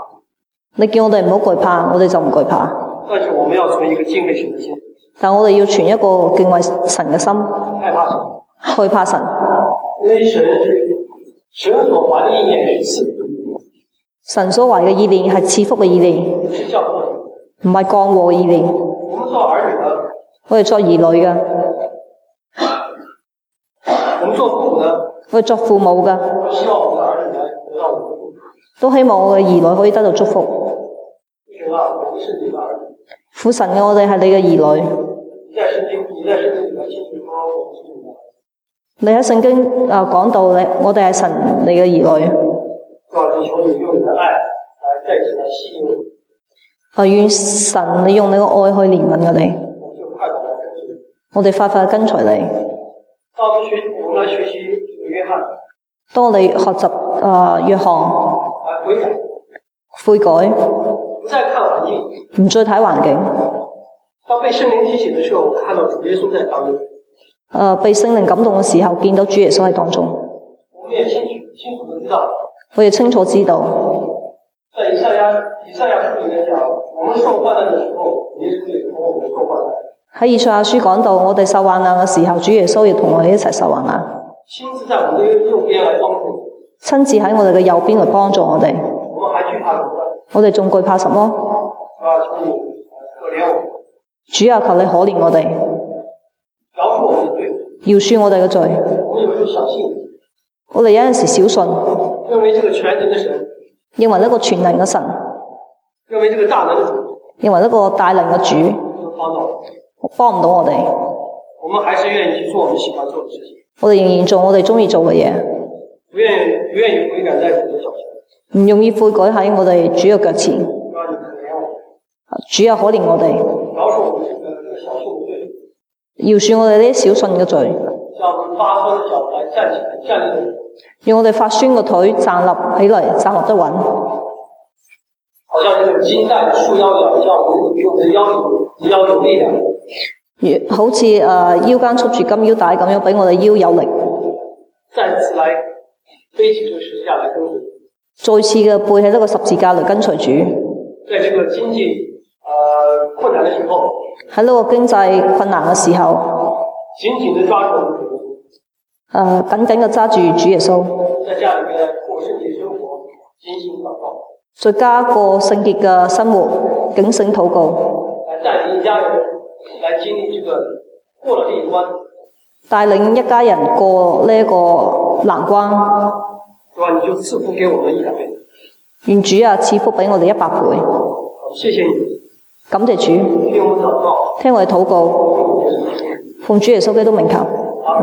B: 你叫我哋唔好懼怕，我哋就唔懼怕。
A: 但是我们要存一个敬畏神的心，
B: 但我哋要存一個敬畏神嘅心，
A: 害怕神，
B: 害怕神。
A: 因为神是神所怀的意念是赐福
B: 神所懷嘅意念係賜福嘅意念，
A: 的，是降祸的。
B: 唔係降禍嘅意念。
A: 我们做儿女的，
B: 我哋作兒女嘅，
A: 我们做父母的，
B: 我哋作父母嘅，
A: 我希望我们的儿女来得到我们的祝福。
B: 都希望我嘅兒女可以得到祝福。
A: 神啊，我们是你的儿女。
B: 父神嘅，我哋係你嘅兒女。
A: 你在圣经，你在圣经里面清楚说，我们是你的儿女，
B: 你喺聖經啊講到你，我哋係神你嘅兒女，
A: 主啊，你求你用你的爱来再次来吸引我们，
B: 啊願神你用你嘅愛去憐憫我哋，
A: 我们就快快来跟随你。
B: 我哋快快跟隨你。
A: 让我们学，我们来学习这个约翰，
B: 當你學習啊約翰
A: 来悔改，
B: 悔改，
A: 不再看环境。
B: 唔再睇環境，
A: 当被圣灵提醒的时候，我看到主耶稣在当中，
B: 啊被聖靈感動嘅時候，見到主耶穌喺當中，
A: 我们也清楚清楚的知道，
B: 我哋清楚知道
A: 在以赛亚以赛亚书里面讲，我们受患难的时候，耶稣也同我们受患难，
B: 喺以賽亞書講到，我哋受患難嘅時候，主耶穌亦同我哋一齊受患難，
A: 亲自在我们的右边来帮助我们。
B: 親自喺我哋嘅右邊嚟幫助我哋。
A: 我们还惧怕什么？
B: 我哋仲懼怕什麼？
A: 主啊，求你呃可怜我们，
B: 主啊，求你可憐我哋，
A: 饶恕我们的罪。
B: 饒恕我哋嘅罪。
A: 我们有时候小信，
B: 我哋有陣時小信，
A: 认为这个全能的神，
B: 認為呢個全能嘅神，
A: 认为这个大能的主，
B: 認為呢個大能嘅主
A: 就帮到我们。
B: 幫唔到我哋，
A: 我们还是愿意去做我们喜欢做的事情。
B: 我哋仍然做我哋中意做嘅嘢，
A: 不愿意不愿意悔改在主的脚前，
B: 唔容易悔改喺我哋主嘅腳前。
A: 让你可怜我，
B: 主啊，可憐我哋，
A: 饶恕我们这个这个小信的罪，
B: 饒恕我哋呢啲小信嘅罪，
A: 让我们发酸的脚来站起来，站立得稳，
B: 讓我哋發酸個腿站立起嚟，站立得穩，
A: 好像这种金带的束腰一样，让我们用我们的腰有腰有力量，
B: 如好似誒、呃腰間束住金腰帶咁樣，俾我哋腰有力，
A: 再次来背起这个十字架来跟随，
B: 再次嘅背起呢個十字架嚟跟隨主。
A: 在这个经济呃困难的时候，
B: 喺呢個經濟困難嘅時候，
A: 紧紧的抓住我们的主，
B: 呃緊緊嘅揸住主耶穌，
A: 在家里面过圣洁生活，精心祷告。
B: 再加個聖潔嘅生活，警醒禱告，
A: 来带领一家人来经历这个过了这一关，
B: 帶領一家人過呢一個難關。
A: 主啊，你就赐福给我们一百倍。
B: 願主啊賜福俾我哋一百倍，
A: 好谢谢你，
B: 感謝主，
A: 听我们祷告。
B: 聽我哋禱告，奉主耶穌基督名求。
A: 好。